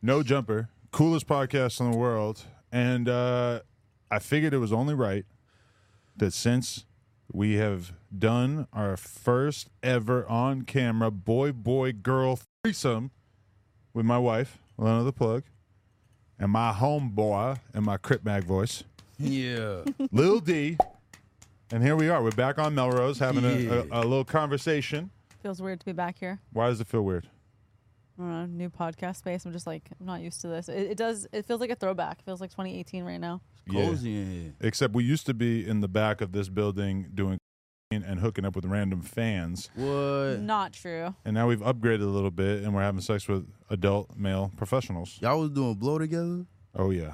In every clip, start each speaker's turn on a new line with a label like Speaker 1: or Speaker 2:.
Speaker 1: No Jumper, coolest podcast in the world. And uh, I figured it was only right that since we have done our first ever on camera boy, boy, girl threesome with my wife, Lena the Plug, and my homeboy and my Crip Mag voice,
Speaker 2: Yeah.
Speaker 1: Lil D. And here we are. We're back on Melrose having
Speaker 2: Yeah.
Speaker 1: a, a, a little conversation.
Speaker 3: Feels weird to be back here.
Speaker 1: Why does it feel weird?
Speaker 3: I don't know, new podcast space. I'm just like, I'm not used to this. It, it does. It feels like a throwback. It feels like 2018 right now.
Speaker 1: Yeah.
Speaker 2: Cozy in here.
Speaker 1: Except we used to be in the back of this building doing and hooking up with random fans.
Speaker 2: What?
Speaker 3: Not true.
Speaker 1: And now we've upgraded a little bit and we're having sex with adult male professionals.
Speaker 2: Y'all was doing blow together?
Speaker 1: Oh, yeah.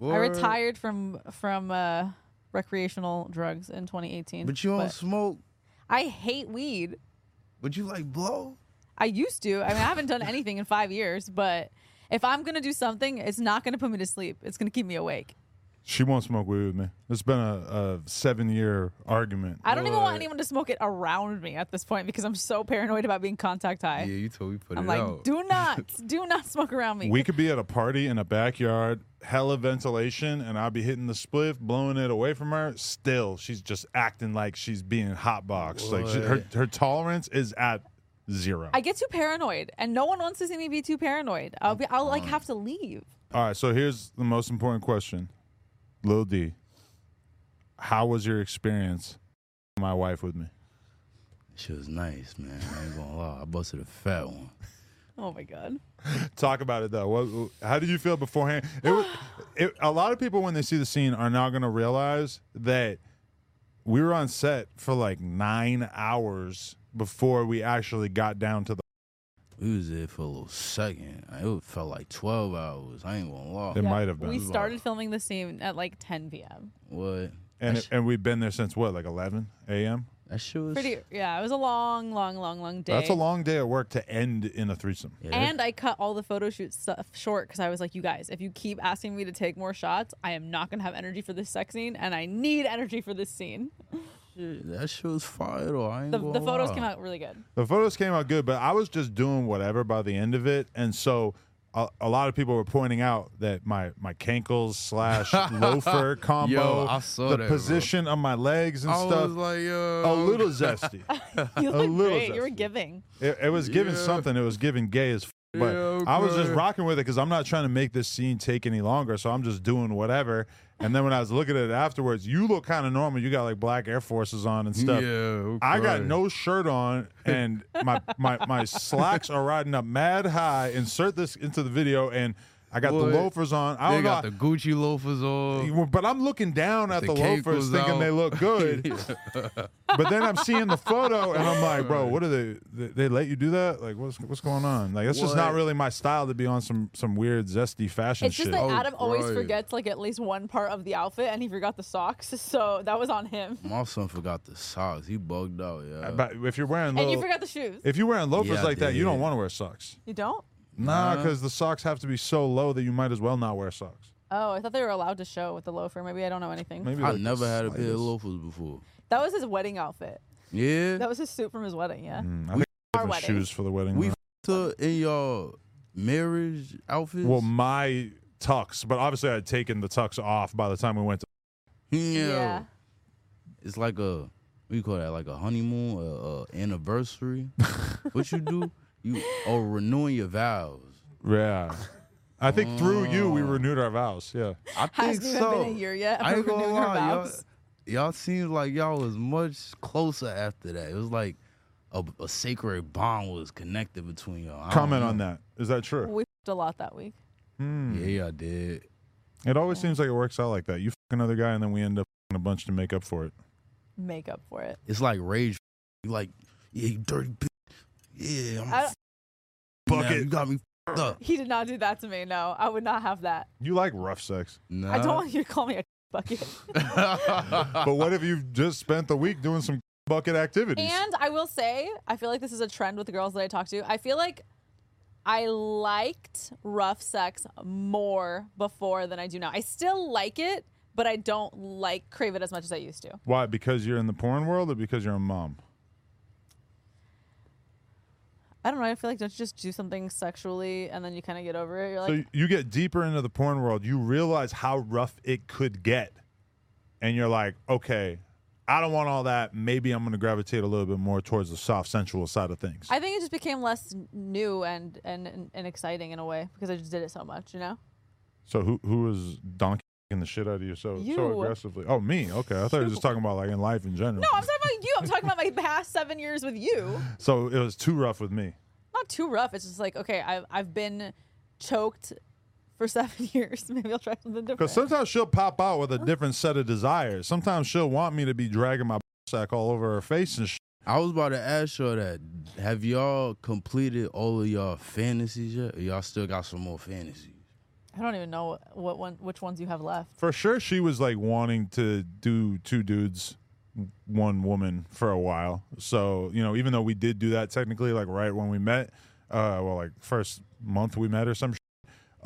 Speaker 2: Or-
Speaker 3: I retired from from uh, recreational drugs in 2018.
Speaker 2: But you don't smoke.
Speaker 3: I hate weed.
Speaker 2: But you like blow?
Speaker 3: I used to. I mean, I haven't done anything in five years. But if I'm gonna do something, it's not gonna put me to sleep. It's gonna keep me awake.
Speaker 1: She won't smoke weed with me. It's been a, a seven year argument.
Speaker 3: I don't even want
Speaker 2: What?
Speaker 3: anyone to smoke it around me at this point because I'm so paranoid about being contact high.
Speaker 2: Yeah, you told me put
Speaker 3: I'm
Speaker 2: it
Speaker 3: like,
Speaker 2: out.
Speaker 3: do not, do not smoke around me.
Speaker 1: We could be at a party in a backyard, hella ventilation, and I'll be hitting the spliff, blowing it away from her. Still, she's just acting like she's being hotboxed. Like she, her, her tolerance is at zero.
Speaker 3: I get too paranoid, and no one wants to see me be too paranoid. I'll be, I'll like have to leave.
Speaker 1: All right, so here's the most important question. Lil D, how was your experience with my wife with me?
Speaker 2: She was nice, man. I ain't gonna lie. I busted a fat one.
Speaker 3: Oh my god.
Speaker 1: Talk about it though. What, how did you feel beforehand? It was, it, a lot of people when they see the scene are not going to realize that we were on set for like 9 hours before we actually got down to the
Speaker 2: We was there for a little second. I- It felt like 12 hours. I ain't gonna lie.
Speaker 1: It might have been.
Speaker 3: We started filming the scene at like 10 p.m.
Speaker 2: What?
Speaker 1: and
Speaker 2: that,
Speaker 1: it,
Speaker 2: sh-
Speaker 1: and we've been there since what? Like 11 a.m.
Speaker 2: that shit was.
Speaker 3: Pretty, yeah. It was a long, long, long, long day.
Speaker 1: That's a long day at work to end in a threesome.
Speaker 2: Yeah, that-
Speaker 3: And I cut all the photo shoot stuff short because I was like, you guys, if you keep asking me to take more shots, I am not gonna have energy for this sex scene, and I need energy for this scene.
Speaker 2: shit, that shit was fire though. I ain't
Speaker 3: The,
Speaker 2: gonna
Speaker 3: the photos
Speaker 2: lie.
Speaker 3: came out really good.
Speaker 1: The photos came out good, but I was just doing whatever by the end of it, and so a, a lot of people were pointing out that my my cankles slash loafer combo,
Speaker 2: Yo, I
Speaker 1: the
Speaker 2: saw that, bro.
Speaker 1: position of my legs and
Speaker 2: I
Speaker 1: stuff,
Speaker 2: was like, oh,
Speaker 1: a
Speaker 2: yo.
Speaker 1: little zesty.
Speaker 3: You
Speaker 1: A
Speaker 3: looked
Speaker 1: little
Speaker 3: great. You were
Speaker 1: zesty.
Speaker 3: giving.
Speaker 1: It, it was giving
Speaker 2: Yeah.
Speaker 1: something. It was giving gay as. F- but
Speaker 2: Yeah,
Speaker 1: I was just
Speaker 2: okay.
Speaker 1: rocking with it because I'm not trying to make this scene take any longer, so I'm just doing whatever. And then when I was looking at it afterwards, you look kind of normal. You got like black Air Forces on and
Speaker 2: Yeah.
Speaker 1: stuff.
Speaker 2: okay.
Speaker 1: I got no shirt on and my, my my slacks are riding up mad high. Insert this into the video and I got
Speaker 2: What?
Speaker 1: the loafers on. I
Speaker 2: They
Speaker 1: don't
Speaker 2: got
Speaker 1: know.
Speaker 2: the Gucci loafers on.
Speaker 1: but I'm looking down at
Speaker 2: The
Speaker 1: the,
Speaker 2: cake
Speaker 1: loafers
Speaker 2: was
Speaker 1: thinking
Speaker 2: out.
Speaker 1: they look good. But then I'm seeing the photo and I'm like, bro, what are they, they they let you do that? Like what's what's going on? Like that's just not
Speaker 2: What?
Speaker 1: really my style to be on some some weird zesty fashion
Speaker 3: It's
Speaker 1: shit.
Speaker 3: just that
Speaker 2: Oh,
Speaker 3: Adam always
Speaker 2: right.
Speaker 3: forgets like at least one part of the outfit, and he forgot the socks, so that was on him.
Speaker 2: My son forgot the socks. He bugged out, Oh, yeah.
Speaker 1: but if you're wearing
Speaker 3: And you
Speaker 1: little,
Speaker 3: forgot the shoes.
Speaker 1: if you're wearing loafers
Speaker 2: Yeah, I
Speaker 1: like that, you
Speaker 2: did.
Speaker 1: don't want to wear socks.
Speaker 3: You don't?
Speaker 1: Nah,
Speaker 2: Nah.
Speaker 1: because the socks have to be so low that you might as well not wear socks.
Speaker 3: Oh, I thought they were allowed to show with the loafer. Maybe I don't know anything.
Speaker 1: Maybe
Speaker 2: I
Speaker 1: like the
Speaker 2: never had a pair of
Speaker 1: slightest.
Speaker 2: loafers before.
Speaker 3: That was his wedding outfit.
Speaker 2: Yeah.
Speaker 3: That was his suit from his wedding, yeah.
Speaker 1: Mm, I
Speaker 2: We-
Speaker 1: think
Speaker 3: Our
Speaker 1: different
Speaker 3: wedding.
Speaker 1: shoes for the wedding.
Speaker 2: we
Speaker 1: huh?
Speaker 2: took in your marriage outfits.
Speaker 1: well, my tux, but obviously I'd taken the tux off by the time we went to.
Speaker 2: yeah.
Speaker 3: Yeah.
Speaker 2: It's like a what do you call that? Like a honeymoon, a, a anniversary. what you do? You oh renewing your vows.
Speaker 1: Yeah. I think through you
Speaker 2: Oh.
Speaker 1: we renewed our vows. Yeah.
Speaker 2: I think
Speaker 3: Hasn't even
Speaker 2: so.
Speaker 3: been a year yet.
Speaker 2: I ain't gonna
Speaker 3: Renewing our
Speaker 2: lie, y'all,
Speaker 3: vows.
Speaker 2: y'all seemed like y'all was much closer after that. It was like a, a sacred bond was connected between y'all. I don't
Speaker 1: Comment on Hmm.
Speaker 2: know.
Speaker 1: that. Is that true?
Speaker 3: We f***ed a lot that week.
Speaker 2: Yeah, I did.
Speaker 1: It always seems like it works out like that. You f- another guy and then we end up f***ing a bunch to make up for it.
Speaker 3: Make up for it.
Speaker 2: It's like rage. You like, yeah, you dirty bitch. yeah, I'm
Speaker 3: I-
Speaker 2: fucking
Speaker 1: Bucket.
Speaker 2: You got me fucked up.
Speaker 3: He did not do that to me. No, I would not have that.
Speaker 1: You like rough sex.
Speaker 2: Nah.
Speaker 3: I don't want you to call me a bucket.
Speaker 1: But what if you've just spent the week doing some bucket activities?
Speaker 3: And I will say, I feel like this is a trend with the girls that I talk to. I feel like I liked rough sex more before than I do now. I still like it, but I don't like crave it as much as I used to.
Speaker 1: Why? Because you're in the porn world or because you're a mom?
Speaker 3: I don't know. I feel like don't you just do something sexually and then you kind of get over it. You're like,
Speaker 1: So y- you get deeper into the porn world, you realize how rough it could get. And you're like, okay, I don't want all that. Maybe I'm going to gravitate a little bit more towards the soft, sensual side of things.
Speaker 3: I think it just became less new and and and, and exciting in a way because I just did it so much. You know,
Speaker 1: so who who is donkeying the shit out of you so so
Speaker 3: You.
Speaker 1: aggressively? Oh, me. Okay, I thought you were just talking about like in life in general.
Speaker 3: no, I'm talking about you. I'm talking about my past seven years with you.
Speaker 1: so it was too rough with me.
Speaker 3: not too rough. It's just like okay, I've I've been choked for seven years. Maybe I'll try something different.
Speaker 1: Because sometimes she'll pop out with a different set of desires. Sometimes she'll want me to be dragging my sack all over her face and shit.
Speaker 2: I was about to ask y'all that. Have y'all completed all of y'all fantasies yet? Or y'all still got some more fantasies?
Speaker 3: I don't even know what one which ones you have left.
Speaker 1: For sure, she was like wanting to do two dudes, one woman for a while. So, you know, even though we did do that technically, like right when we met, uh, well, like first month we met or some shit,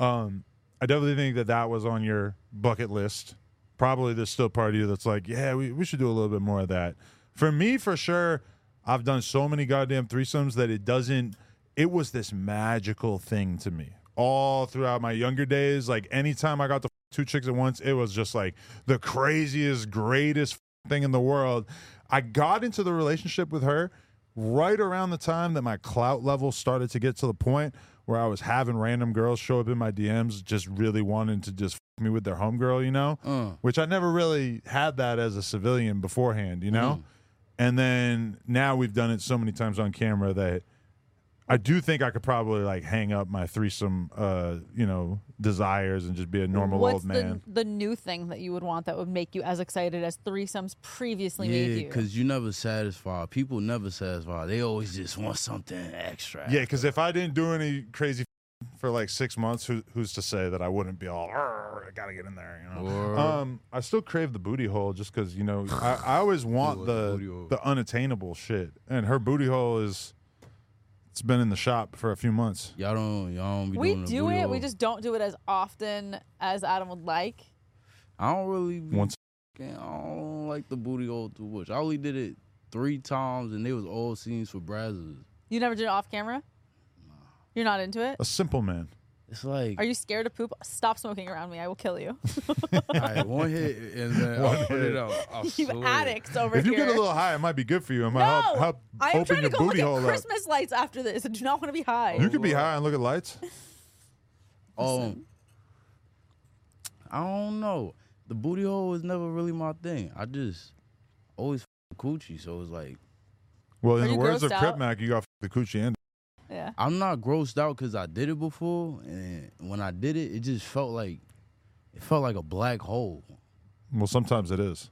Speaker 1: um, I definitely think that that was on your bucket list. Probably there's still part of you that's like, yeah, we, we should do a little bit more of that. For me, for sure, I've done so many goddamn threesomes that it doesn't, it was this magical thing to me all throughout my younger days. Like anytime I got to f- two chicks at once, it was just like the craziest, greatest f- thing in the world. I got into the relationship with her right around the time that my clout level started to get to the point where I was having random girls show up in my DMs just really wanting to just f- me with their homegirl, you know?
Speaker 2: Uh.
Speaker 1: Which I never really had that as a civilian beforehand, you know?
Speaker 3: Mm-hmm.
Speaker 1: And then now we've done it so many times on camera that I do think I could probably like hang up my threesome, uh, you know, desires and just be a normal
Speaker 3: What's
Speaker 1: old man.
Speaker 3: the the new thing that you would want that would make you as excited as threesomes previously made
Speaker 2: Yeah,
Speaker 3: you?
Speaker 2: because you never satisfy. People never satisfy. They always just want something extra.
Speaker 1: Yeah, because if I didn't do any crazy for like six months, who, who's to say that I wouldn't be all? "Arr, I gotta get in there, you know.
Speaker 2: Word.
Speaker 1: Um, I still crave the booty hole just because you know I, I always want
Speaker 2: want the booty
Speaker 1: the
Speaker 2: hole.
Speaker 1: the unattainable shit, and her booty hole is it's been in the shop for a few months.
Speaker 2: Y'all don't. Y'all don't be
Speaker 3: we
Speaker 2: doing the
Speaker 3: do
Speaker 2: booty
Speaker 3: it.
Speaker 2: hole.
Speaker 3: We just don't do it as often as Adam would like.
Speaker 2: I don't really. Be
Speaker 1: Once
Speaker 2: fucking- I don't like the booty hole too much. I only did it three times, and they was all scenes for Brazzers.
Speaker 3: You never did it off camera. You're not into it.
Speaker 1: a simple man.
Speaker 2: It's like
Speaker 3: Are you scared of poop? Stop smoking around me. I will kill you.
Speaker 2: all right, one hit and then
Speaker 1: One
Speaker 2: I'll put
Speaker 1: hit.
Speaker 2: it out. I
Speaker 3: you
Speaker 2: swear.
Speaker 3: addicts over
Speaker 1: If you
Speaker 3: here.
Speaker 1: get a little high, it might be good for you. It might
Speaker 3: no,
Speaker 1: help, help
Speaker 3: I am
Speaker 1: open
Speaker 3: trying to
Speaker 1: your
Speaker 3: go
Speaker 1: booty
Speaker 3: look
Speaker 1: hole
Speaker 3: at
Speaker 1: up.
Speaker 3: Christmas lights after this. I do not want to be high.
Speaker 1: You could be high and look at lights.
Speaker 2: Um, I don't know. The booty hole was never really my thing. I just always f- coochie, so it's like
Speaker 1: Well,
Speaker 3: Are
Speaker 1: in the
Speaker 3: you
Speaker 1: words of
Speaker 3: grossed
Speaker 1: Crip
Speaker 3: out?
Speaker 1: Mac, you got the coochie and
Speaker 3: Yeah.
Speaker 2: I'm not grossed out because I did it before, and when I did it, it just felt like it felt like a black hole.
Speaker 1: well, sometimes it is.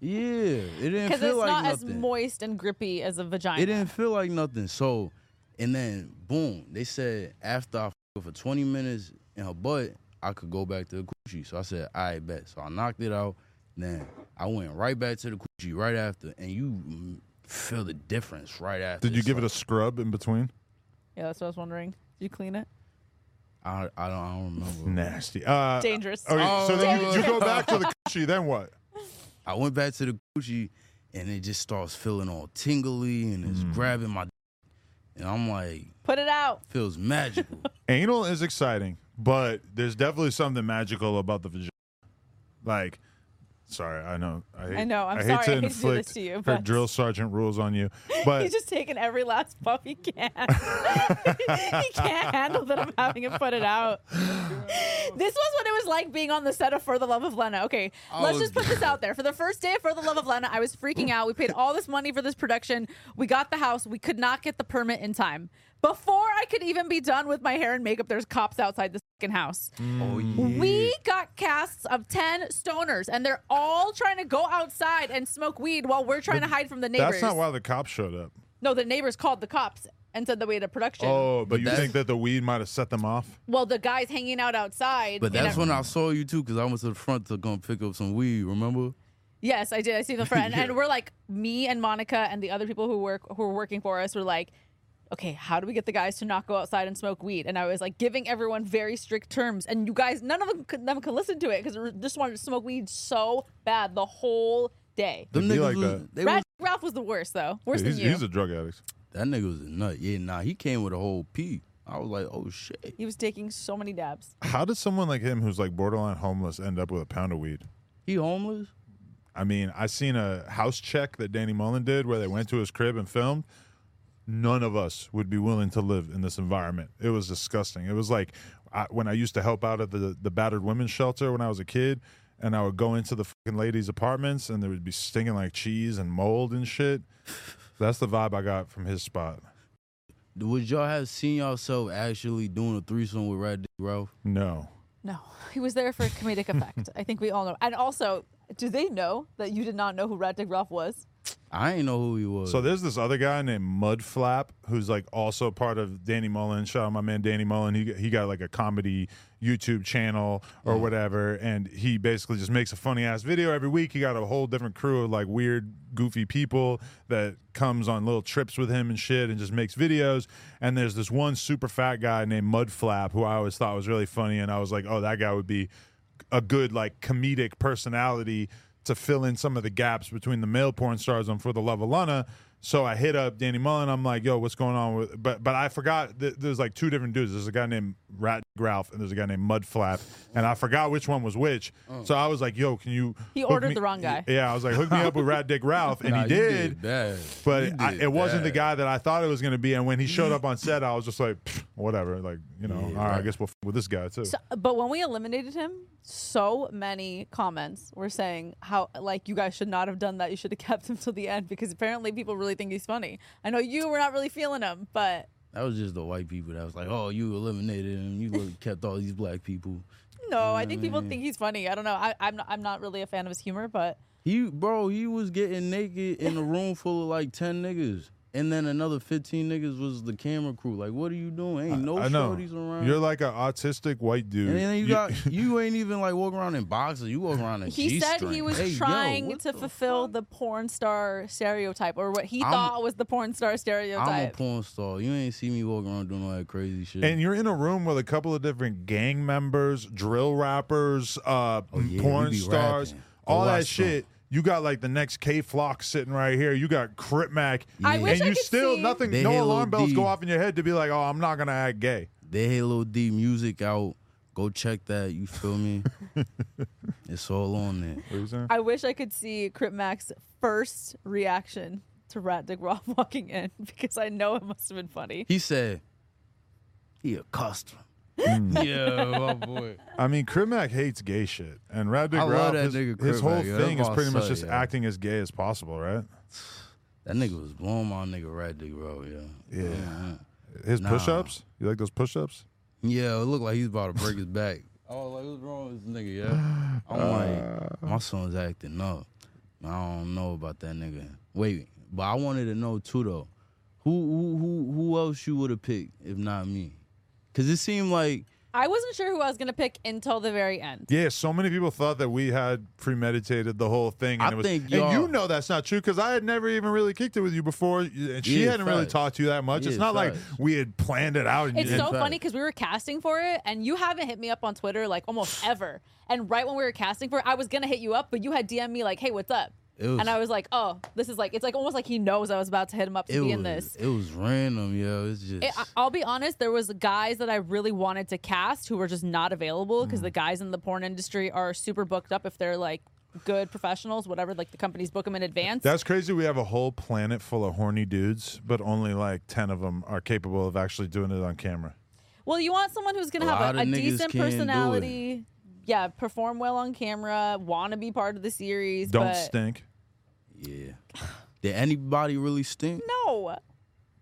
Speaker 2: Yeah, it didn't
Speaker 3: Because
Speaker 2: feel
Speaker 3: it's
Speaker 2: like
Speaker 3: not as
Speaker 2: nothing.
Speaker 3: moist and grippy as a vagina.
Speaker 2: it didn't feel like nothing. So, and then boom, they said after I f- her for 20 minutes in her butt, I could go back to the coochie. So I said, I bet. So I knocked it out. Then I went right back to the coochie right after, and you mm, feel the difference right after.
Speaker 1: Did you give it a scrub in between?
Speaker 3: Yeah, that's what I was wondering. Did you clean it?
Speaker 2: I, I don't. I don't remember.
Speaker 1: Nasty. Uh,
Speaker 3: Dangerous.
Speaker 1: Okay, so then you,
Speaker 3: Dangerous.
Speaker 1: you go back to the coochie, then what?
Speaker 2: I went back to the Gucci and it just starts feeling all tingly and it's
Speaker 1: Mm.
Speaker 2: grabbing my d- and I'm like,
Speaker 3: Put it out.
Speaker 2: feels magical.
Speaker 1: Anal is exciting, but there's definitely something magical about the vagina. Like, sorry, I know. I, hate,
Speaker 3: I know, I'm
Speaker 1: hate
Speaker 3: sorry, I
Speaker 1: to
Speaker 3: hate to do this
Speaker 1: inflict
Speaker 3: to you,
Speaker 1: her
Speaker 3: but-
Speaker 1: drill sergeant rules on you, but
Speaker 3: He's just taking every last puff he can. he can't handle that I'm having him put it out. this was what it was like being on the set of For the Love of Lena. Okay, let's
Speaker 2: Oh,
Speaker 3: just put this out there. For the first day of For the Love of Lena, I was freaking out. We paid all this money for this production. We got the house. We could not get the permit in time. Before I could even be done with my hair and makeup, there's cops outside the fucking house.
Speaker 2: oh yeah.
Speaker 3: We got casts of 10 stoners, and they're all trying to go outside and smoke weed while we're trying to hide from the neighbors.
Speaker 1: that's not why the cops showed up.
Speaker 3: No, the neighbors called the cops and said that we had a production.
Speaker 1: Oh, but,
Speaker 2: But
Speaker 1: you
Speaker 2: that's-
Speaker 1: think that the weed might have set them off?
Speaker 3: Well, the guys hanging out outside.
Speaker 2: But
Speaker 3: and
Speaker 2: that's
Speaker 3: I-
Speaker 2: when I saw you too, because I went to the front to go pick up some weed. Remember?
Speaker 3: Yes, I did. I see the friend,
Speaker 2: Yeah.
Speaker 3: and we're like, me and Monica and the other people who work who were working for us were like, okay, how do we get the guys to not go outside and smoke weed? And I was like giving everyone very strict terms, and you guys, none of them could, none of them could listen to it because they just wanted to smoke weed so bad the whole day.
Speaker 2: Them
Speaker 1: It'd be
Speaker 2: niggas
Speaker 1: like
Speaker 2: was,
Speaker 1: that.
Speaker 2: They was,
Speaker 3: Rad- Ralph was the worst though, worse
Speaker 1: he's,
Speaker 3: than you.
Speaker 1: he's a drug addict.
Speaker 2: that nigga was a nut. Yeah, nah, he came with a whole pee. I was like, oh shit.
Speaker 3: he was taking so many dabs.
Speaker 1: How does someone like him, who's like borderline homeless, end up with a pound of weed?
Speaker 2: He homeless?
Speaker 1: I mean, I seen a house check that Danny Mullen did where they went to his crib and filmed. None of us would be willing to live in this environment. It was disgusting. It was like I, when I used to help out at the the battered women's shelter when I was a kid, and I would go into the fucking ladies' apartments and there would be stinking like cheese and mold and shit. That's the vibe I got from his spot.
Speaker 2: Would y'all have seen yourself actually doing a threesome with Red Dick Ralph?
Speaker 1: No,
Speaker 3: No, he was there for comedic effect. I think we all know. And also, do they know that you did not know who Rad Dick Ralph was?
Speaker 2: I ain't know who he was.
Speaker 1: So there's this other guy named Mudflap who's like also part of Danny Mullen. Shout out my man Danny Mullen. He he got like a comedy YouTube channel or whatever, and he basically just makes a funny ass video every week. He got a whole different crew of like weird, goofy people that comes on little trips with him and shit, and just makes videos. And there's this one super fat guy named Mudflap who I always thought was really funny, and I was like, oh, that guy would be a good like comedic personality to fill in some of the gaps between the male porn stars on For the Love of Lana. So I hit up Danny Mullen. I'm like, yo, what's going on with? But but I forgot. Th- there's like two different dudes. There's a guy named Rat Ralph and there's a guy named Mudflap, and I forgot which one was which.
Speaker 2: Oh.
Speaker 1: So I was like, yo, can you?
Speaker 3: He
Speaker 1: hook
Speaker 3: ordered
Speaker 1: me-
Speaker 3: the wrong guy.
Speaker 1: Yeah, I was like, hook me up with Rat Dick Ralph, and he
Speaker 2: Nah, you
Speaker 1: did.
Speaker 2: bad.
Speaker 1: But
Speaker 2: You
Speaker 1: I,
Speaker 2: did
Speaker 1: it wasn't the
Speaker 2: bad.
Speaker 1: guy that I thought it was going to be. And when he showed up on set, I was just like, "Pfft, whatever. Like, you know, all right, I
Speaker 2: right.
Speaker 1: guess we'll f- with this guy too.
Speaker 3: So, but when we eliminated him, so many comments were saying how like you guys should not have done that. You should have kept him till the end because apparently people really think he's funny. I know you were not really feeling him, but
Speaker 2: That was just the white people that was like, oh, you eliminated him. You really kept all these black people.
Speaker 3: no, I think people think he's funny. I don't know. I, I'm not, I'm not really a fan of his humor, but
Speaker 2: He, bro, he was getting naked in a room full of like 10 niggas. And then another 15 niggas was the camera crew. Like, what are you doing? Ain't no
Speaker 1: I know.
Speaker 2: shorties around.
Speaker 1: You're like an autistic white dude.
Speaker 2: Mm. and then you
Speaker 1: You-
Speaker 2: got you ain't even like walk around in boxers. You walk around in
Speaker 3: he
Speaker 2: G-string.
Speaker 3: said he was
Speaker 2: Hey, yo,
Speaker 3: trying
Speaker 2: what
Speaker 3: to
Speaker 2: the
Speaker 3: fulfill
Speaker 2: fuck?
Speaker 3: the porn star stereotype or what he
Speaker 2: I'm-
Speaker 3: thought was the porn star stereotype.
Speaker 2: I'm a porn star. You ain't see me walking around doing all that crazy shit.
Speaker 1: and you're in a room with a couple of different gang members, drill rappers, uh,
Speaker 2: Oh, yeah,
Speaker 1: porn
Speaker 2: we be
Speaker 1: stars,
Speaker 2: rapping. Go
Speaker 1: all that
Speaker 2: watch some.
Speaker 1: shit. You got like the next K Flock sitting right here. You got Crip Mac.
Speaker 2: I
Speaker 1: and
Speaker 3: wish I
Speaker 1: you
Speaker 3: could
Speaker 1: still
Speaker 3: see-
Speaker 1: nothing,
Speaker 2: They
Speaker 1: no
Speaker 2: had
Speaker 1: alarm
Speaker 2: Lil
Speaker 1: bells go
Speaker 2: D.
Speaker 1: off in your head to be like, oh, I'm not gonna act gay.
Speaker 2: They had Lil D music out. Go check that. You feel me? it's all on there.
Speaker 1: What are you saying?
Speaker 3: I wish I could see Crip Mac's first reaction to Rat Dick Roth walking in because I know it must have been funny.
Speaker 2: He said, "He a customer." yeah, my boy.
Speaker 1: I mean, Crip Mac hates gay shit, and Rad Dick
Speaker 2: I love
Speaker 1: Ralph,
Speaker 2: that
Speaker 1: his,
Speaker 2: nigga
Speaker 1: his
Speaker 2: Crip
Speaker 1: whole
Speaker 2: Mac, yo.
Speaker 1: thing is
Speaker 2: That's
Speaker 1: pretty
Speaker 2: my
Speaker 1: much
Speaker 2: son,
Speaker 1: just
Speaker 2: yo.
Speaker 1: acting as gay as possible, right?
Speaker 2: That nigga was blowing my nigga right dick bro. Yeah.
Speaker 1: Yeah. His
Speaker 2: Nah.
Speaker 1: push-ups. You like those push-ups?
Speaker 2: Yeah, it looked like he's about to break his back. Oh, like what's wrong with this nigga? Yeah. I'm like, my son's acting up. I don't know about that nigga. Wait, but I wanted to know too though. Who who who, who else you would have picked if not me? Cause it seemed like
Speaker 3: I wasn't sure who I was going to pick until the very end.
Speaker 1: Yeah, so many people thought that we had premeditated the whole thing. And
Speaker 2: I
Speaker 1: it was,
Speaker 2: think
Speaker 1: and
Speaker 2: y'all-
Speaker 1: you know that's not true because I had never even really kicked it with you before, and she
Speaker 2: Yeah,
Speaker 1: hadn't really
Speaker 2: facts.
Speaker 1: talked to you that much. it's
Speaker 2: Yeah,
Speaker 1: not like
Speaker 2: facts.
Speaker 1: we had planned it out. And
Speaker 3: It's
Speaker 1: you-
Speaker 3: so
Speaker 2: fact.
Speaker 3: funny because we were casting for it and you haven't hit me up on Twitter like almost ever. And right when we were casting for it, I was going to hit you up, but you had DM me like, hey, what's up?
Speaker 2: It was-
Speaker 3: and I was like, oh, this is like, it's like almost like he knows I was about to hit him up to
Speaker 2: it
Speaker 3: be
Speaker 2: was
Speaker 3: in this.
Speaker 2: it was random, yo. It's just
Speaker 3: It, I- I'll be honest. There was guys that I really wanted to cast who were just not available because
Speaker 2: Mm.
Speaker 3: the guys in the porn industry are super booked up if they're like good professionals, whatever. Like the companies book them in advance.
Speaker 1: that's crazy. We have a whole planet full of horny dudes, but only like ten of them are capable of actually doing it on camera.
Speaker 3: well, you want someone who's gonna
Speaker 2: A
Speaker 3: have
Speaker 2: lot
Speaker 3: a,
Speaker 2: of
Speaker 3: a
Speaker 2: niggas
Speaker 3: decent
Speaker 2: can't do it.
Speaker 3: personality. Yeah, perform well on camera. Want to be part of the series?
Speaker 1: Don't
Speaker 3: but
Speaker 1: stink,
Speaker 2: yeah. Did anybody really stink?
Speaker 3: No.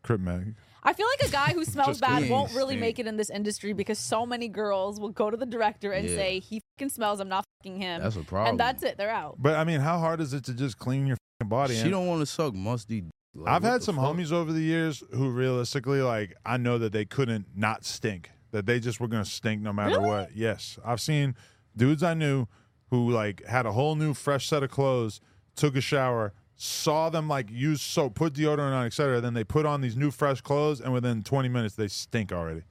Speaker 1: Crip Mac.
Speaker 3: I feel like a guy who smells
Speaker 1: Just
Speaker 3: bad
Speaker 2: kidding.
Speaker 3: won't really
Speaker 2: Stink.
Speaker 3: make it in this industry because so many girls will go to the director and
Speaker 2: Yeah.
Speaker 3: say he fucking smells. I'm not fucking him.
Speaker 2: That's a
Speaker 3: And
Speaker 2: problem.
Speaker 3: that's it. They're out.
Speaker 1: But I mean, how hard is it to just clean your fing body?
Speaker 2: She
Speaker 1: and-
Speaker 2: don't want to suck musty. d- Like,
Speaker 1: I've
Speaker 2: what
Speaker 1: had
Speaker 2: the
Speaker 1: some
Speaker 2: fuck?
Speaker 1: homies over the years who realistically, like, I know that they couldn't not stink, that they just were going to stink no matter
Speaker 3: Really?
Speaker 1: what. Yes. I've seen dudes I knew who, like, had a whole new fresh set of clothes, took a shower, saw them, like, use soap, put deodorant on, etc. Then they put on these new fresh clothes, and within 20 minutes, they stink already.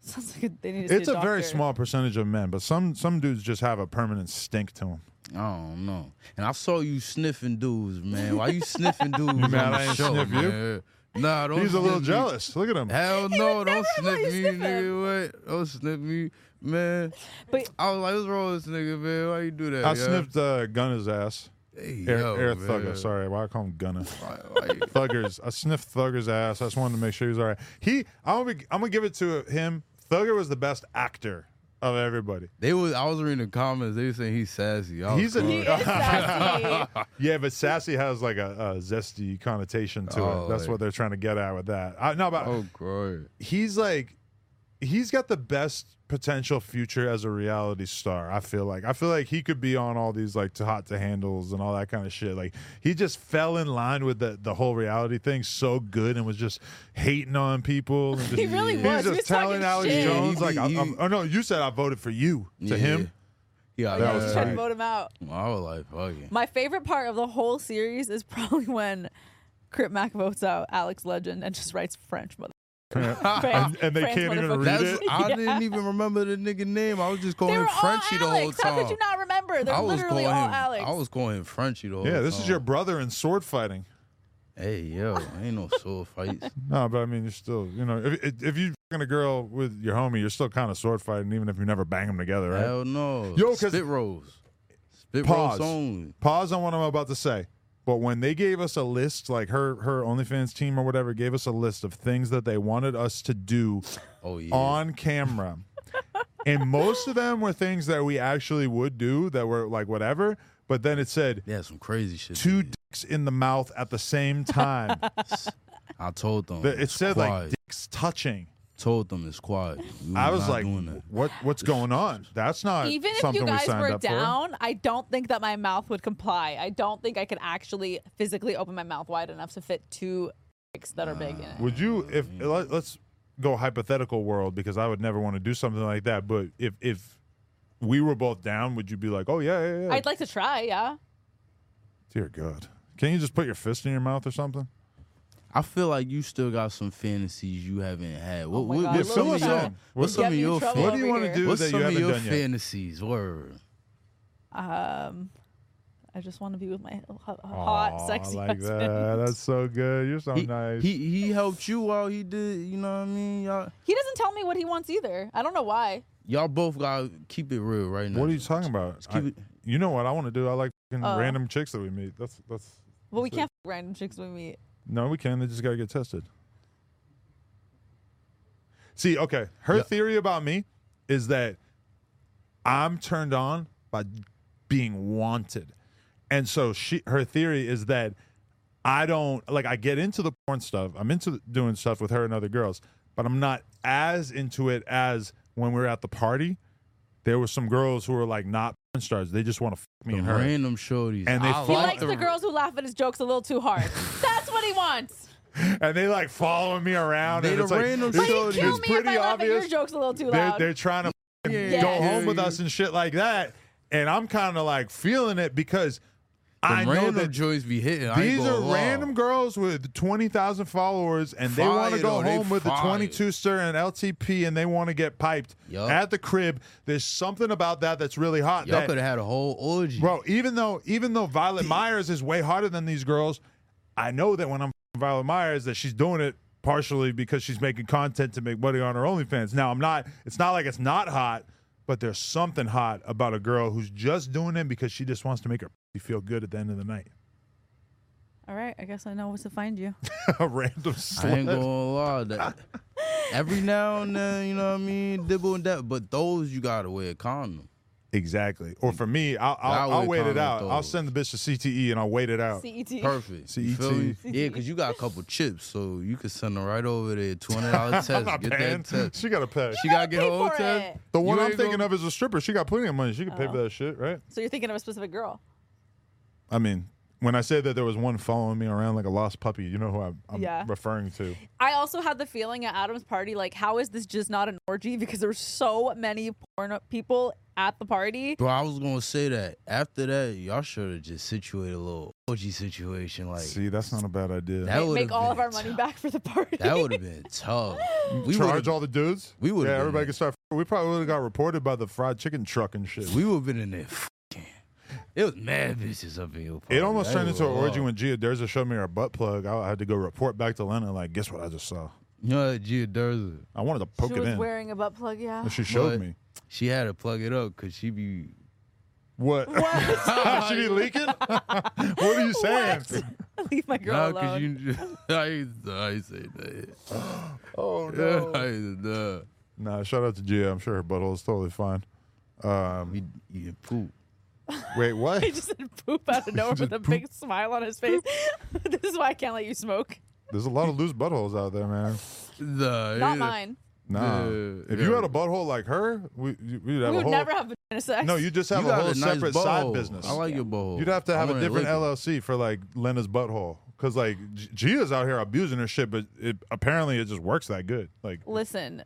Speaker 3: Sounds like a, they need to see
Speaker 1: It's a very
Speaker 3: doctor.
Speaker 1: small percentage of men, but some some dudes just have a permanent stink to them.
Speaker 2: I don't know. And I saw you sniffing dudes, man. Why you sniffing dudes? on
Speaker 1: mad
Speaker 2: the
Speaker 1: I ain't
Speaker 2: show,
Speaker 1: sniff you?
Speaker 2: man? Nah, don't.
Speaker 1: He's a little
Speaker 2: sniff me.
Speaker 1: jealous. Look at him.
Speaker 2: Hell no, don't
Speaker 3: never
Speaker 2: sniff
Speaker 3: gonna let
Speaker 2: me,
Speaker 3: you sniff
Speaker 2: nigga. What? Don't sniff me, man.
Speaker 3: But-
Speaker 2: I was like, what's wrong with this nigga, man? Why you do that?
Speaker 1: I
Speaker 2: yeah?
Speaker 1: sniffed uh, Gunna's ass.
Speaker 2: Hey,
Speaker 1: Air,
Speaker 2: yo,
Speaker 1: Air
Speaker 2: man.
Speaker 1: Thugger. Sorry, why I call him Gunna?
Speaker 2: Why, why you-
Speaker 1: Thugger's. I sniffed Thugger's ass. I just wanted to make sure he was all right. He, I'm gonna, be, I'm gonna give it to him. Thugger was the best actor of everybody.
Speaker 2: They was. I was reading the comments. They were saying he's sassy. I was
Speaker 1: He's a-
Speaker 3: He
Speaker 2: going-
Speaker 3: is sassy.
Speaker 1: Yeah, but sassy has like a, a zesty connotation to
Speaker 2: Oh,
Speaker 1: it. That's
Speaker 2: like-
Speaker 1: what they're trying to get at with that. I, no, but
Speaker 2: Oh, great.
Speaker 1: he's like, he's got the best potential future as a reality star. I feel like. I feel like he could be on all these like to hot to handles and all that kind of shit. Like he just fell in line with the the whole reality thing so good and was just hating on people. And just,
Speaker 3: He really
Speaker 1: he's
Speaker 3: was. He
Speaker 1: just
Speaker 3: was
Speaker 1: telling
Speaker 3: talking
Speaker 1: Alex
Speaker 3: shit.
Speaker 1: Jones
Speaker 2: He-
Speaker 1: like,
Speaker 2: he-
Speaker 1: I'm, I'm- oh no, you said I voted for you to
Speaker 2: Yeah.
Speaker 1: him.
Speaker 2: Yeah,
Speaker 3: I
Speaker 1: That
Speaker 3: was
Speaker 1: was
Speaker 3: just trying to
Speaker 1: tight.
Speaker 3: vote him out.
Speaker 2: I was like, fuck it.
Speaker 3: My favorite part of the whole series is probably when Crip Mac votes out Alex Legend and just writes French mother.
Speaker 1: and, and they
Speaker 3: France
Speaker 1: can't even
Speaker 3: motherfucker.
Speaker 1: read
Speaker 2: That's,
Speaker 1: it.
Speaker 2: I
Speaker 3: Yeah.
Speaker 2: didn't even remember the nigga name. I was just
Speaker 3: They
Speaker 2: calling
Speaker 3: were
Speaker 2: him Frenchie
Speaker 3: all
Speaker 2: the whole
Speaker 3: Alex.
Speaker 2: time.
Speaker 3: How could you not remember? They're
Speaker 2: I was
Speaker 3: literally
Speaker 2: calling
Speaker 3: all
Speaker 2: him.
Speaker 3: Alex.
Speaker 2: I was calling him Frenchie the whole
Speaker 1: Yeah, this is
Speaker 2: time.
Speaker 1: your brother in sword fighting.
Speaker 2: Hey yo, ain't no soul fights.
Speaker 1: No, but I mean, you're still, you know, if if- if you fucking a girl with your homie, you're still kind of sword fighting, even if you never bang them together, right?
Speaker 2: Hell no.
Speaker 1: Yo, 'cause-
Speaker 2: spit rolls. Spit
Speaker 1: Pause.
Speaker 2: rolls only.
Speaker 1: Pause on what I'm about to say. But when they gave us a list, like her her OnlyFans team or whatever gave us a list of things that they wanted us to do
Speaker 2: Oh yeah.
Speaker 1: on camera, and most of them were things that we actually would do that were like whatever. But then it said
Speaker 2: They had some crazy shit.
Speaker 1: two
Speaker 2: they did.
Speaker 1: dicks in the mouth at the same time.
Speaker 2: I told them.
Speaker 1: The- it
Speaker 2: it's
Speaker 1: said
Speaker 2: quiet.
Speaker 1: like dicks touching.
Speaker 2: told them it's quiet. We
Speaker 1: I
Speaker 2: were
Speaker 1: was
Speaker 2: not
Speaker 1: like,
Speaker 2: doing that.
Speaker 1: what what's going on? That's not
Speaker 3: Even if
Speaker 1: something
Speaker 3: you
Speaker 1: we
Speaker 3: guys
Speaker 1: signed
Speaker 3: were
Speaker 1: up for.
Speaker 3: down, I don't think that my mouth would comply. I don't think I could actually physically open my mouth wide enough to fit two dicks that are big in it.
Speaker 1: Would you if
Speaker 2: Mm-hmm.
Speaker 1: let, us go hypothetical world because I would never want to do something like that. But if if we were both down, would you be like, oh yeah, yeah, yeah?
Speaker 3: I'd like to try, yeah.
Speaker 1: Dear God, can you just put your fist in your mouth or something?
Speaker 2: I feel like you still got some fantasies you haven't had. What,
Speaker 3: Oh my
Speaker 2: what,
Speaker 3: God,
Speaker 2: what
Speaker 1: Yeah,
Speaker 2: some
Speaker 1: fill
Speaker 2: of
Speaker 1: us
Speaker 2: your,
Speaker 1: in.
Speaker 2: what's
Speaker 3: We're
Speaker 2: some of
Speaker 3: getting in
Speaker 2: your,
Speaker 3: trouble
Speaker 2: fan-
Speaker 1: what do you want to
Speaker 3: here.
Speaker 1: do
Speaker 2: what's
Speaker 1: that you
Speaker 2: some of
Speaker 1: haven't
Speaker 2: your
Speaker 1: done yet?
Speaker 2: fantasies? Word.
Speaker 3: Um, I just want to be with my h- h-
Speaker 1: Aw,
Speaker 3: hot, sexy
Speaker 1: I like
Speaker 3: husband.
Speaker 1: that. That's so good. You're so
Speaker 2: he,
Speaker 1: Oh, nice.
Speaker 2: he he helped you out. He did. You know what I mean? Y'all,
Speaker 3: He doesn't tell me what he wants either. I don't know why.
Speaker 2: y'all both gotta keep it real right now.
Speaker 1: what are you talking about?
Speaker 2: keep
Speaker 1: I-
Speaker 2: it-
Speaker 1: you know what I want to do? I like fucking
Speaker 3: Oh.
Speaker 1: random chicks that we meet. That's that's
Speaker 3: Well, we
Speaker 1: That's it.
Speaker 3: can't f- random chicks when we meet.
Speaker 1: No, we can. They just got to get tested. See, okay. Her
Speaker 2: Yeah.
Speaker 1: theory about me is that I'm turned on by being wanted. And so she her theory is that I don't like I get into the porn stuff. I'm into doing stuff with her and other girls, but I'm not as into it as when we were at the party. There were some girls who were like not porn stars. They just want to fuck me and her.
Speaker 2: Random shorties.
Speaker 1: And they
Speaker 2: I
Speaker 3: He
Speaker 1: Well,
Speaker 3: likes the girls who laugh at his jokes a little too hard. That's what he wants.
Speaker 1: and they like following me around.
Speaker 2: They
Speaker 1: and
Speaker 2: the
Speaker 1: it's like,
Speaker 2: random
Speaker 1: it's-
Speaker 2: shorties.
Speaker 3: He'd kill
Speaker 1: it's
Speaker 3: me if
Speaker 1: pretty
Speaker 3: I laugh at your
Speaker 1: obvious.
Speaker 3: jokes a little too
Speaker 1: They're,
Speaker 3: loud.
Speaker 1: they're trying to f***ing
Speaker 2: Yeah.
Speaker 1: go
Speaker 3: Yeah,
Speaker 1: home with
Speaker 2: you-
Speaker 1: us and shit like that. And I'm kind of like feeling it because
Speaker 2: Them
Speaker 1: I know
Speaker 2: random
Speaker 1: that
Speaker 2: joints be hitting. I ain't
Speaker 1: these
Speaker 2: gonna
Speaker 1: are
Speaker 2: lie.
Speaker 1: random girls with 20,000 followers and they want to
Speaker 2: Fire,
Speaker 1: go
Speaker 2: though. They
Speaker 1: home with
Speaker 2: fire.
Speaker 1: the 22 stir and LTP and they want to get piped
Speaker 2: Yup.
Speaker 1: at the crib. There's something about that that's really hot.
Speaker 2: Y'all
Speaker 1: that-
Speaker 2: could have had a whole orgy.
Speaker 1: Bro, even though even though Violet Myers is way hotter than these girls, I know that when I'm f***ing Violet Myers that she's doing it partially because she's making content to make money on her OnlyFans. Now I'm not it's not like it's not hot, but there's something hot about a girl who's just doing it because she just wants to make her pussy feel good at the end of the night.
Speaker 3: All right, I guess I know where to find you.
Speaker 1: A random
Speaker 2: I ain't
Speaker 1: slut.
Speaker 2: gonna lie. That every now and then, you know what I mean, dibble and that. But those you gotta wear a condom.
Speaker 1: Exactly. Or for me, I'll I'll,
Speaker 2: I
Speaker 1: I'll
Speaker 2: would
Speaker 1: wait it
Speaker 2: comment
Speaker 1: out. I'll
Speaker 2: those.
Speaker 1: send the bitch to CTE and I'll wait it out.
Speaker 3: CET.
Speaker 2: Perfect. You
Speaker 1: CET.
Speaker 2: feel me? Yeah, cause you got a couple chips, so you could send them right over there. Two hundred dollar test.
Speaker 1: I'm not
Speaker 2: get
Speaker 1: paying.
Speaker 2: that test.
Speaker 1: She got to pay.
Speaker 2: She gotta
Speaker 3: gotta
Speaker 2: get
Speaker 3: pay
Speaker 2: her own
Speaker 3: for
Speaker 2: test.
Speaker 3: it.
Speaker 1: the one
Speaker 2: You
Speaker 1: I'm
Speaker 2: ain't
Speaker 1: thinking
Speaker 2: gonna-
Speaker 1: of is a stripper. She got plenty of money. She could pay for that shit, right?
Speaker 3: So you're thinking of a specific girl.
Speaker 1: I mean, when I said that there was one following me around like a lost puppy, you know who I'm, I'm
Speaker 3: Yeah.
Speaker 1: referring to.
Speaker 3: I also had the feeling at Adam's party, like, how is this just not an orgy? Because there were so many porn people at the party.
Speaker 2: Bro, I was gonna say that. After that, y'all should have just situated a little OG situation. Like
Speaker 1: See, that's not a bad idea.
Speaker 2: That
Speaker 3: Ma-
Speaker 2: would've
Speaker 3: make all of
Speaker 2: been
Speaker 3: our money
Speaker 2: tough.
Speaker 3: back for the party.
Speaker 2: that would have been tough. We
Speaker 1: Charge
Speaker 2: would've-
Speaker 1: all the dudes.
Speaker 2: we would've
Speaker 1: Yeah,
Speaker 2: been
Speaker 1: everybody
Speaker 2: there.
Speaker 1: could start. We probably would have got reported by the fried chicken truck and shit.
Speaker 2: We would have been in there. Fucking, it was mad bitches up in your. Party.
Speaker 1: it almost
Speaker 2: That
Speaker 1: turned
Speaker 2: was
Speaker 1: into an
Speaker 2: wild.
Speaker 1: orgy when Gia Derza showed me her butt plug. I I had to go report back to Lena. Like, guess what I just saw?
Speaker 2: You know, that Gia Durza,
Speaker 1: I wanted to poke
Speaker 3: she
Speaker 1: it
Speaker 3: was
Speaker 1: in.
Speaker 3: wearing a butt plug, yeah.
Speaker 1: And she showed
Speaker 2: But-
Speaker 1: me.
Speaker 2: she had to plug it up because she be.
Speaker 1: What?
Speaker 3: What?
Speaker 1: she be leaking? what are you saying?
Speaker 3: What? Leave my girl uh,
Speaker 2: Nah,
Speaker 3: alone.
Speaker 2: you. I ain't, I ain't say that.
Speaker 1: Oh
Speaker 2: I ain't, nah.
Speaker 1: Nah, shout out to Gia. I'm sure her butthole is totally fine. Um,
Speaker 2: We eating poop.
Speaker 1: wait, what?
Speaker 3: He just said poop out of nowhere with a big smile on his face. this is why I can't let you smoke.
Speaker 1: There's a lot of loose buttholes out there, man.
Speaker 2: Nah,
Speaker 3: Not
Speaker 2: yeah.
Speaker 3: mine.
Speaker 1: Nah.
Speaker 2: Yeah,
Speaker 1: if you
Speaker 2: yeah.
Speaker 1: had a butthole like her, we, you, we'd have
Speaker 3: we
Speaker 1: a
Speaker 3: would
Speaker 1: whole.
Speaker 3: never have vagina sex.
Speaker 1: no, you just have
Speaker 2: You
Speaker 1: a
Speaker 2: got
Speaker 1: whole
Speaker 2: nice
Speaker 1: separate side
Speaker 2: butthole.
Speaker 1: business.
Speaker 2: I like your bowl.
Speaker 1: You'd have to have a different LLC for like Lena's butthole, because like G- Gia's out here abusing her shit, but it, apparently it just works that good. Like
Speaker 3: Listen,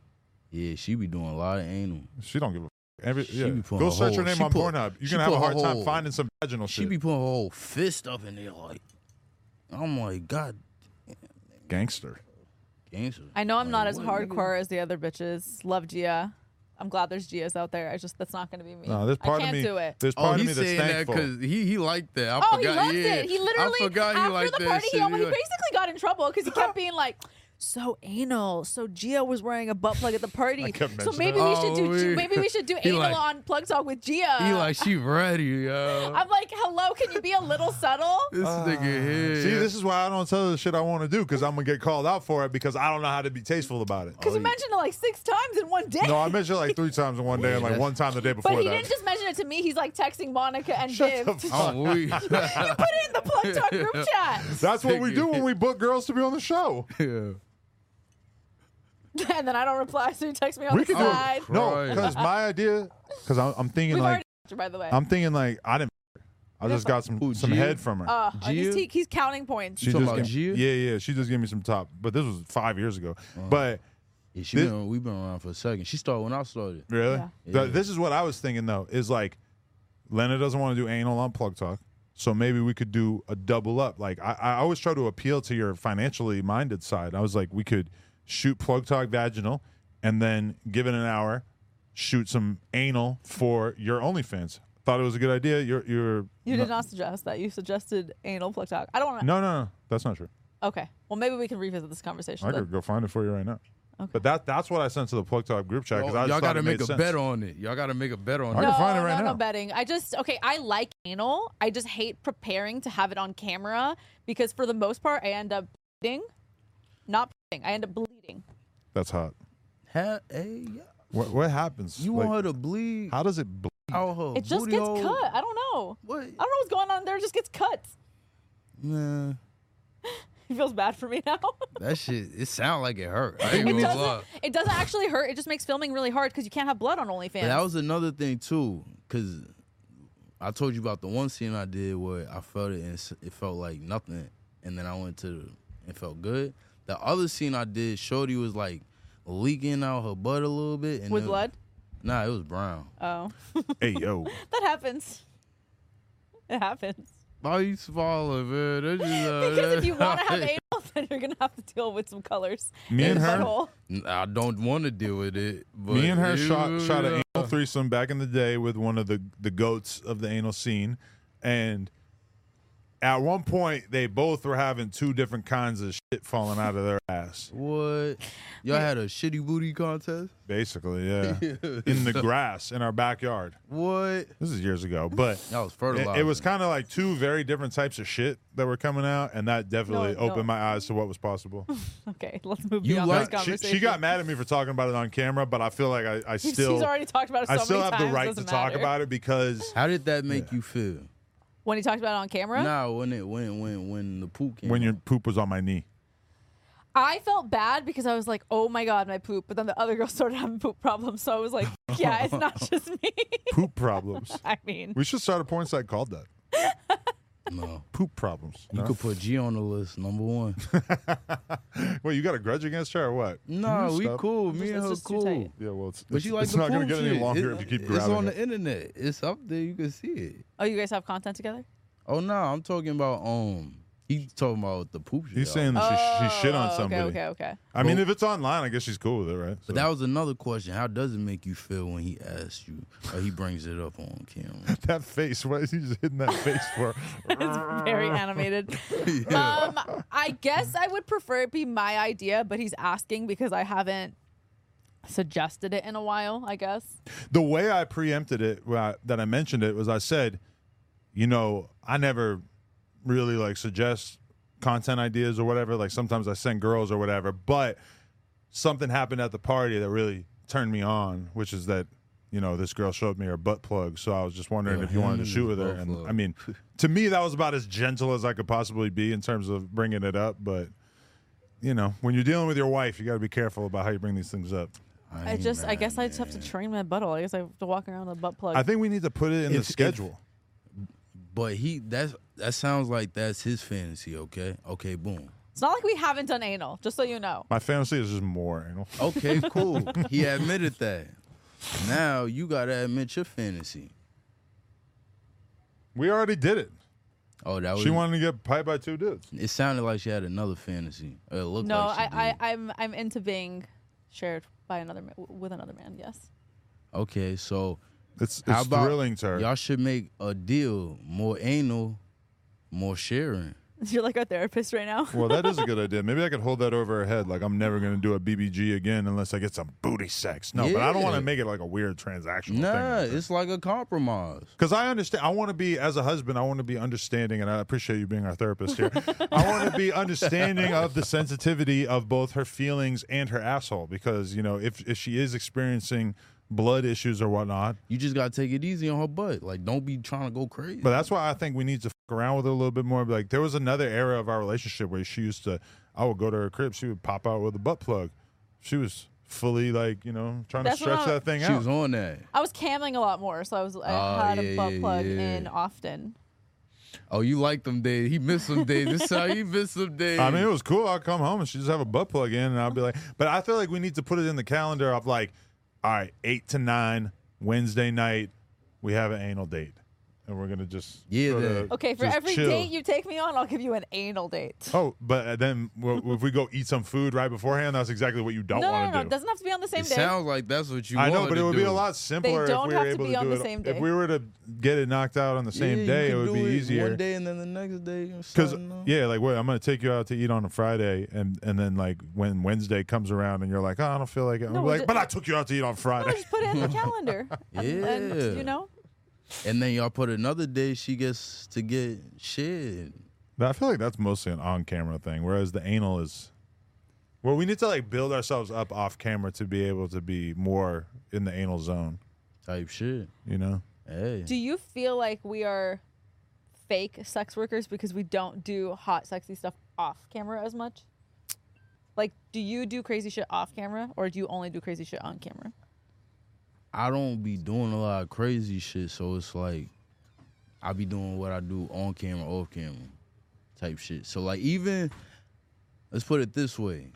Speaker 2: Yeah, she be doing a lot of anal.
Speaker 1: she don't give a. f- Every,
Speaker 2: She
Speaker 1: yeah.
Speaker 2: be putting
Speaker 1: Go
Speaker 2: a
Speaker 1: search her
Speaker 2: whole-
Speaker 1: name
Speaker 2: she
Speaker 1: on
Speaker 2: put-
Speaker 1: Pornhub. You're
Speaker 2: she
Speaker 1: gonna have a
Speaker 2: put a
Speaker 1: hard time
Speaker 2: whole-
Speaker 1: finding some vaginal
Speaker 2: She
Speaker 1: shit.
Speaker 2: be putting her whole fist up in there like, I'm like, God,
Speaker 1: gangster.
Speaker 2: gangster.
Speaker 3: I know I'm not as
Speaker 2: Like, what,
Speaker 3: hardcore as the other bitches. Love Gia. I'm glad there's Gias out there. I just that's not gonna be me.
Speaker 1: No, there's
Speaker 3: I
Speaker 1: part of
Speaker 3: can't
Speaker 1: me.
Speaker 3: do it.
Speaker 1: There's
Speaker 2: Oh,
Speaker 1: part of me
Speaker 2: he's
Speaker 1: that's
Speaker 2: saying that
Speaker 1: thankful.
Speaker 2: because he he liked that. I
Speaker 3: oh,
Speaker 2: forgot.
Speaker 3: he loves
Speaker 2: yeah.
Speaker 3: it. He literally
Speaker 2: I forgot he
Speaker 3: after
Speaker 2: liked
Speaker 3: the
Speaker 2: that
Speaker 3: party, he,
Speaker 2: shit.
Speaker 3: almost, he
Speaker 2: like,
Speaker 3: basically got in trouble because he kept being like. So anal. So Gia was wearing a butt plug at the
Speaker 1: I
Speaker 3: party.
Speaker 1: kept
Speaker 3: So
Speaker 1: mentioning
Speaker 3: maybe
Speaker 1: that.
Speaker 3: we should do
Speaker 2: Oh, we-
Speaker 3: maybe we should do
Speaker 2: He
Speaker 3: anal
Speaker 2: like-
Speaker 3: on plug talk with Gia.
Speaker 2: he like she ready, yo.
Speaker 3: I'm like, hello, can you be a little subtle?
Speaker 2: this nigga here.
Speaker 1: Ah. See, this is why I don't tell her the shit I want to do because I'm gonna get called out for it because I don't know how to be tasteful about it.
Speaker 3: Because you mentioned it like six times in one day.
Speaker 1: Oh, No, I mentioned it like three times in one day and like
Speaker 2: Wait,
Speaker 1: one time the day before
Speaker 3: but he
Speaker 1: that.
Speaker 3: didn't just mention it to me. He's like texting Monica and
Speaker 1: Shut the
Speaker 3: Viv.
Speaker 1: fuck-
Speaker 2: I'm weak.
Speaker 3: you put it in the plug talk group chat.
Speaker 1: That's what we do when we book girls to be on the show.
Speaker 2: Yeah.
Speaker 3: and then I don't reply, so he texts me on
Speaker 1: we
Speaker 3: the
Speaker 1: could do
Speaker 3: side.
Speaker 1: it. No,
Speaker 2: Christ.
Speaker 1: because my idea, because I'm, I'm thinking
Speaker 3: We've
Speaker 1: like
Speaker 3: already her, by the way.
Speaker 1: I'm thinking like I didn't. I just got some
Speaker 2: Who,
Speaker 1: some
Speaker 2: Gia?
Speaker 1: head from her.
Speaker 3: Uh, oh, he's,
Speaker 2: Gia?
Speaker 3: te- he's counting points.
Speaker 1: she
Speaker 2: talking
Speaker 1: just
Speaker 2: about
Speaker 1: gave,
Speaker 2: Gia? Uh-huh.
Speaker 1: yeah yeah she just gave me some top, but this was five years ago. But
Speaker 2: yeah she
Speaker 1: This-
Speaker 2: been, we've been around for a second. She started when I started.
Speaker 1: Really?
Speaker 3: Yeah.
Speaker 1: Th-
Speaker 2: Yeah.
Speaker 1: this is what I was thinking though. Is like, Lena doesn't want to do anal on plug talk, so maybe we could do a double up. Like I, I always try to appeal to your financially minded side. I was like, we could shoot plug talk vaginal, and then give it an hour, shoot some anal for your OnlyFans. Thought it was a good idea. You're, you're
Speaker 3: You did not suggest that. You suggested anal plug talk. I don't want to.
Speaker 1: no, no, no. That's not true.
Speaker 3: Okay. Well, maybe we can revisit this conversation.
Speaker 1: I
Speaker 3: then.
Speaker 1: could go find it for you right now. But that that's what I sent to the plug talk group chat because I just
Speaker 2: y'all
Speaker 1: got
Speaker 2: gotta
Speaker 1: to
Speaker 2: make a
Speaker 1: sense.
Speaker 2: bet on it. Y'all gotta make a bet on
Speaker 1: I
Speaker 2: it.
Speaker 1: can find it
Speaker 3: no,
Speaker 1: right
Speaker 3: no,
Speaker 1: now.
Speaker 3: No betting. I just okay. I like anal. I just hate preparing to have it on camera because for the most part, I end up bleeding, not bleeding. I end up bleeding.
Speaker 1: That's hot.
Speaker 2: Ha- hey, yeah.
Speaker 1: What what happens?
Speaker 2: You
Speaker 1: Like,
Speaker 2: want her to bleed
Speaker 1: how does it? Bl-
Speaker 2: out her
Speaker 3: It just
Speaker 2: booty
Speaker 3: gets
Speaker 2: hole?
Speaker 3: cut. I don't know.
Speaker 2: What?
Speaker 3: I don't know what's going on there. It just gets cut.
Speaker 2: Nah.
Speaker 3: He feels bad for me now.
Speaker 2: That shit, it sound like it hurt. I ain't
Speaker 3: it
Speaker 2: gonna
Speaker 3: doesn't.
Speaker 2: lie.
Speaker 3: It doesn't actually hurt. It just makes filming really hard because you can't have blood on OnlyFans.
Speaker 2: But that was another thing too, cause I told you about the one scene I did where I felt it and s- it felt like nothing, and then I went to the, it felt good. The other scene I did, Shorty was like leaking out her butt a little bit. And
Speaker 3: With
Speaker 2: it-
Speaker 3: blood?
Speaker 2: Nah, it was brown.
Speaker 3: oh,
Speaker 1: hey yo.
Speaker 3: that happens. It happens.
Speaker 2: Why you swallow, man? That's just, uh,
Speaker 3: Because if you want to have anal, then you're gonna have to deal with some colors.
Speaker 1: Me
Speaker 3: in
Speaker 1: and
Speaker 3: the
Speaker 1: her-
Speaker 3: butthole.
Speaker 2: I don't want to deal with it. But
Speaker 1: Me and her
Speaker 2: it
Speaker 1: shot
Speaker 2: was-
Speaker 1: shot an anal threesome back in the day with one of the the goats of the anal scene, and at one point they both were having two different kinds of shit falling out of their ass.
Speaker 2: What? Y'all had a shitty booty contest?
Speaker 1: Basically, yeah, in the grass in our backyard.
Speaker 2: What?
Speaker 1: This is years ago, but
Speaker 2: That was
Speaker 1: it,
Speaker 2: fertilizer.
Speaker 1: it was kind of like two very different types of shit that were coming out, and that definitely
Speaker 3: No, no.
Speaker 1: opened my eyes to what was possible. Uh,
Speaker 3: Okay, let's move
Speaker 2: You
Speaker 3: beyond
Speaker 2: like-
Speaker 3: this
Speaker 2: She- she
Speaker 1: she,
Speaker 3: conversation.
Speaker 1: she got mad at me for talking about it on camera, but I feel like I, I
Speaker 3: He's-
Speaker 1: still
Speaker 3: He's already talked about it. So
Speaker 1: I still
Speaker 3: many
Speaker 1: have the
Speaker 3: times,
Speaker 1: right to
Speaker 3: doesn't
Speaker 1: talk
Speaker 3: matter.
Speaker 1: about it because.
Speaker 2: How did that make you feel?
Speaker 3: when he talked about it on camera.
Speaker 2: Nah, when it when when when the poop came.
Speaker 1: when
Speaker 2: out.
Speaker 1: your poop was on my knee.
Speaker 3: I felt bad because I was like, "Oh my god, my poop!" But then the other girl started having poop problems, so I was like, "Yeah, it's not just me."
Speaker 1: Poop problems.
Speaker 3: I mean,
Speaker 1: we should start a porn site called that.
Speaker 2: No.
Speaker 1: poop problems.
Speaker 2: You
Speaker 1: no?
Speaker 2: could put G on the list, number one.
Speaker 1: Wait, you got a grudge against her or what?
Speaker 2: No, we
Speaker 1: Stop.
Speaker 2: cool. Me
Speaker 3: Just-
Speaker 2: and
Speaker 3: it's
Speaker 2: her
Speaker 3: just too tight.
Speaker 2: cool.
Speaker 1: Yeah, well, it's,
Speaker 2: But
Speaker 1: it's,
Speaker 2: you like
Speaker 1: it's
Speaker 2: the
Speaker 1: not going
Speaker 2: poop
Speaker 1: to get any
Speaker 2: shit.
Speaker 1: longer
Speaker 2: It-
Speaker 1: if you keep
Speaker 2: It's on
Speaker 1: grabbing
Speaker 2: the
Speaker 1: it.
Speaker 2: internet. It's up there. You can see it.
Speaker 3: Oh, you guys have content together?
Speaker 2: Oh no, I'm talking about um. He's talking about the poop shit.
Speaker 1: He's
Speaker 2: out.
Speaker 1: saying that she, she shit on
Speaker 3: Oh,
Speaker 1: somebody.
Speaker 3: Okay, okay, okay.
Speaker 1: I mean, if it's online, I guess she's cool with it, right? So-
Speaker 2: But that was another question. How does it make you feel when he asks you or he brings it up on camera?
Speaker 1: that face, what is he just hitting that face for?
Speaker 3: It's very animated. Um, I guess I would prefer it be my idea, but he's asking because I haven't suggested it in a while. I guess.
Speaker 1: the way I preempted it when I- that I mentioned it was I said, you know, I never really like suggest content ideas or whatever. Like sometimes I send girls or whatever, but something happened at the party that really turned me on, which is that you know this girl showed me her butt plug. So I was just wondering
Speaker 2: Yeah,
Speaker 1: if you wanted to
Speaker 2: him
Speaker 1: shoot
Speaker 2: and
Speaker 1: with her.
Speaker 2: Oh, butt
Speaker 1: And
Speaker 2: plug.
Speaker 1: I mean, to me that was about as gentle as I could possibly be in terms of bringing it up, but. You know, when you're dealing with your wife, you got to be careful about how you bring these things up.
Speaker 3: I
Speaker 2: ain't
Speaker 3: just, I
Speaker 2: mad,
Speaker 3: guess I just have to
Speaker 2: man.
Speaker 3: train my butthole. I guess I have to walk around with a butt plug.
Speaker 1: I think we need to put it in the
Speaker 2: Uh, If- if-
Speaker 1: schedule.
Speaker 2: But he that's that sounds like that's his fantasy. Okay. Okay. Boom.
Speaker 3: it's not like we haven't done anal, just so you know.
Speaker 1: My fantasy is just more anal.
Speaker 2: Okay. Cool. he admitted that. Now you gotta admit your fantasy.
Speaker 1: We already did it.
Speaker 2: Oh, that was.
Speaker 1: She wanted to get piped by two dudes.
Speaker 2: it sounded like she had another fantasy. Or it looked
Speaker 3: No,
Speaker 2: like she
Speaker 3: I,
Speaker 2: did.
Speaker 3: I, I'm, I'm into being shared by another man, with another man. Yes.
Speaker 2: Okay. So
Speaker 1: It's, it's
Speaker 2: How about
Speaker 1: thrilling to her.
Speaker 2: y'all should make a deal: more anal, more sharing.
Speaker 3: You're like our therapist right now.
Speaker 1: Well, that is a good idea. Maybe I could hold that over her head. Like, I'm never going to do a BBG again unless I get some booty sex. No, but I don't want to
Speaker 2: Yeah.
Speaker 1: make it like a weird transactional
Speaker 2: Nah,
Speaker 1: thing.
Speaker 2: it's like a compromise.
Speaker 1: Because I understand, I want to be, as a husband, I want to be understanding, and I appreciate you being our therapist here. I want to be understanding of the sensitivity of both her feelings and her asshole. Because, you know, if, if she is experiencing blood issues or whatnot,
Speaker 2: You just gotta take it easy on her butt. Like, don't be trying to go crazy.
Speaker 1: But that's why I think we need to fuck around with it a little bit more. Like there was another era of our relationship where she used to, I would go to her crib, she would pop out with a butt plug. She was fully like you know trying
Speaker 3: That's
Speaker 1: to
Speaker 3: what
Speaker 1: stretch
Speaker 3: I-
Speaker 1: that thing
Speaker 2: she
Speaker 1: out.
Speaker 2: was on that.
Speaker 3: I was camming a lot more, so I was,
Speaker 2: Oh,
Speaker 3: I had
Speaker 2: yeah,
Speaker 3: a butt
Speaker 2: yeah,
Speaker 3: plug
Speaker 2: yeah.
Speaker 3: in often.
Speaker 2: Oh, you like them days? He missed some days. This how he missed some days.
Speaker 1: I mean, it was cool. I'd come home and she'd just have a butt plug in, and I'd be like, but I feel like we need to put it in the calendar of like, all right, eight to nine Wednesday night, we have an anal date, and we're gonna just
Speaker 2: Yeah,
Speaker 1: sorta
Speaker 2: that-
Speaker 3: Okay, for
Speaker 1: just
Speaker 3: every
Speaker 1: chill.
Speaker 3: date you take me on, I'll give you an anal date.
Speaker 1: Oh, but then well, if we go eat some food right beforehand, that's exactly what you don't
Speaker 3: no, no,
Speaker 1: want
Speaker 3: no,
Speaker 1: to
Speaker 3: no.
Speaker 1: do.
Speaker 3: It doesn't have to be on the same
Speaker 2: it
Speaker 3: day.
Speaker 2: sounds like that's what you.
Speaker 1: I know,
Speaker 2: wanted
Speaker 1: but it
Speaker 2: to
Speaker 1: would be
Speaker 2: do.
Speaker 1: a lot simpler
Speaker 3: don't
Speaker 1: if we
Speaker 3: have
Speaker 1: were
Speaker 3: to
Speaker 1: able
Speaker 3: be
Speaker 1: to
Speaker 3: on
Speaker 1: do
Speaker 3: the
Speaker 1: it.
Speaker 3: same
Speaker 1: If
Speaker 3: day.
Speaker 1: we were to get it knocked out on the
Speaker 2: Yeah,
Speaker 1: same
Speaker 2: you
Speaker 1: day, it
Speaker 2: could
Speaker 1: would
Speaker 2: do
Speaker 1: be easier.
Speaker 2: One day and then the next day. you
Speaker 1: Because
Speaker 2: sign up.
Speaker 1: yeah, like wait, I'm gonna take you out to eat on a Friday, and and then like when Wednesday comes around, and you're like, oh, I don't feel like it. I'm
Speaker 3: No,
Speaker 1: like,
Speaker 3: ju-
Speaker 1: but I took you out to eat on
Speaker 3: No,
Speaker 1: Friday.
Speaker 3: just put it in the calendar. And, and,
Speaker 2: Yeah.
Speaker 3: you know,
Speaker 2: and then y'all put another day. She gets to get shit.
Speaker 1: But I feel like that's mostly an on-camera thing, whereas the anal is. Well, we need to like build ourselves up off camera to be able to be more in the anal zone.
Speaker 2: type shit.
Speaker 1: You know,
Speaker 2: Hey,
Speaker 3: do you feel like we are fake sex workers because we don't do hot, sexy stuff off camera as much? Like, do you do crazy shit off camera, or do you only do crazy shit on camera?
Speaker 2: I don't be doing a lot of crazy shit, so it's like I be doing what I do on camera, off camera, type shit. So like even let's put it this way,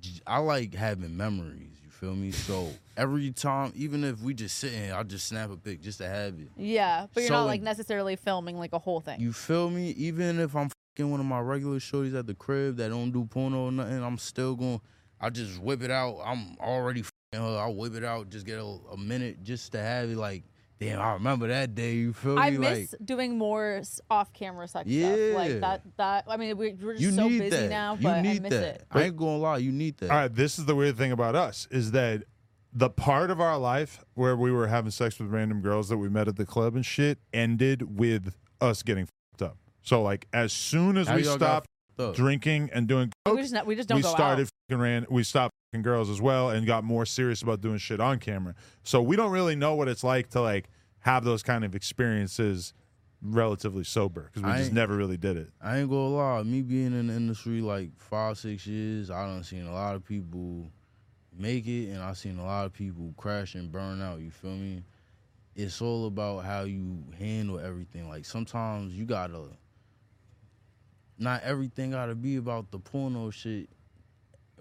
Speaker 2: J- I like having memories. You feel me? So every time, even if we just sitting, here, I just snap a pic just to have it.
Speaker 3: Yeah, but you're
Speaker 2: So
Speaker 3: not
Speaker 2: in-
Speaker 3: like necessarily filming like a whole thing.
Speaker 2: You feel me? Even if I'm fucking one of my regular shorties at the crib that don't do porno or nothing, I'm still going. I just whip it out. I'm already fucking her. I whip it out. Just get a, a minute just to have it. Like, damn, I remember that day. You feel
Speaker 3: I
Speaker 2: me?
Speaker 3: miss
Speaker 2: like,
Speaker 3: doing more s- off-camera sex stuff.
Speaker 2: Yeah.
Speaker 3: Like that. That I mean, we're, we're just
Speaker 2: you
Speaker 3: so
Speaker 2: need
Speaker 3: busy
Speaker 2: that.
Speaker 3: now,
Speaker 2: you
Speaker 3: but
Speaker 2: need
Speaker 3: I miss
Speaker 2: that.
Speaker 3: it.
Speaker 2: I ain't gonna lie. You need that.
Speaker 1: All right, this is the weird thing about us is that the part of our life where we were having sex with random girls that we met at the club and shit ended with us getting fed up. So like as soon as
Speaker 2: How
Speaker 1: we
Speaker 2: y'all got
Speaker 1: stopped
Speaker 2: fucked up?
Speaker 1: drinking and doing
Speaker 3: we
Speaker 1: coke,
Speaker 3: just not, we just don't
Speaker 1: we
Speaker 3: go
Speaker 1: started
Speaker 3: out.
Speaker 1: fucking ran we stopped fucking girls as well and got more serious about doing shit on camera. So we don't really know what it's like to like have those kind of experiences relatively sober because we
Speaker 2: I
Speaker 1: just
Speaker 2: ain't-
Speaker 1: never really did it.
Speaker 2: I ain't gonna lie, me being in the industry like five, six years, I done seen a lot of people make it and I seen a lot of people crash and burn out, you feel me? it's all about how you handle everything. Like sometimes you gotta not everything gotta be about the porno shit.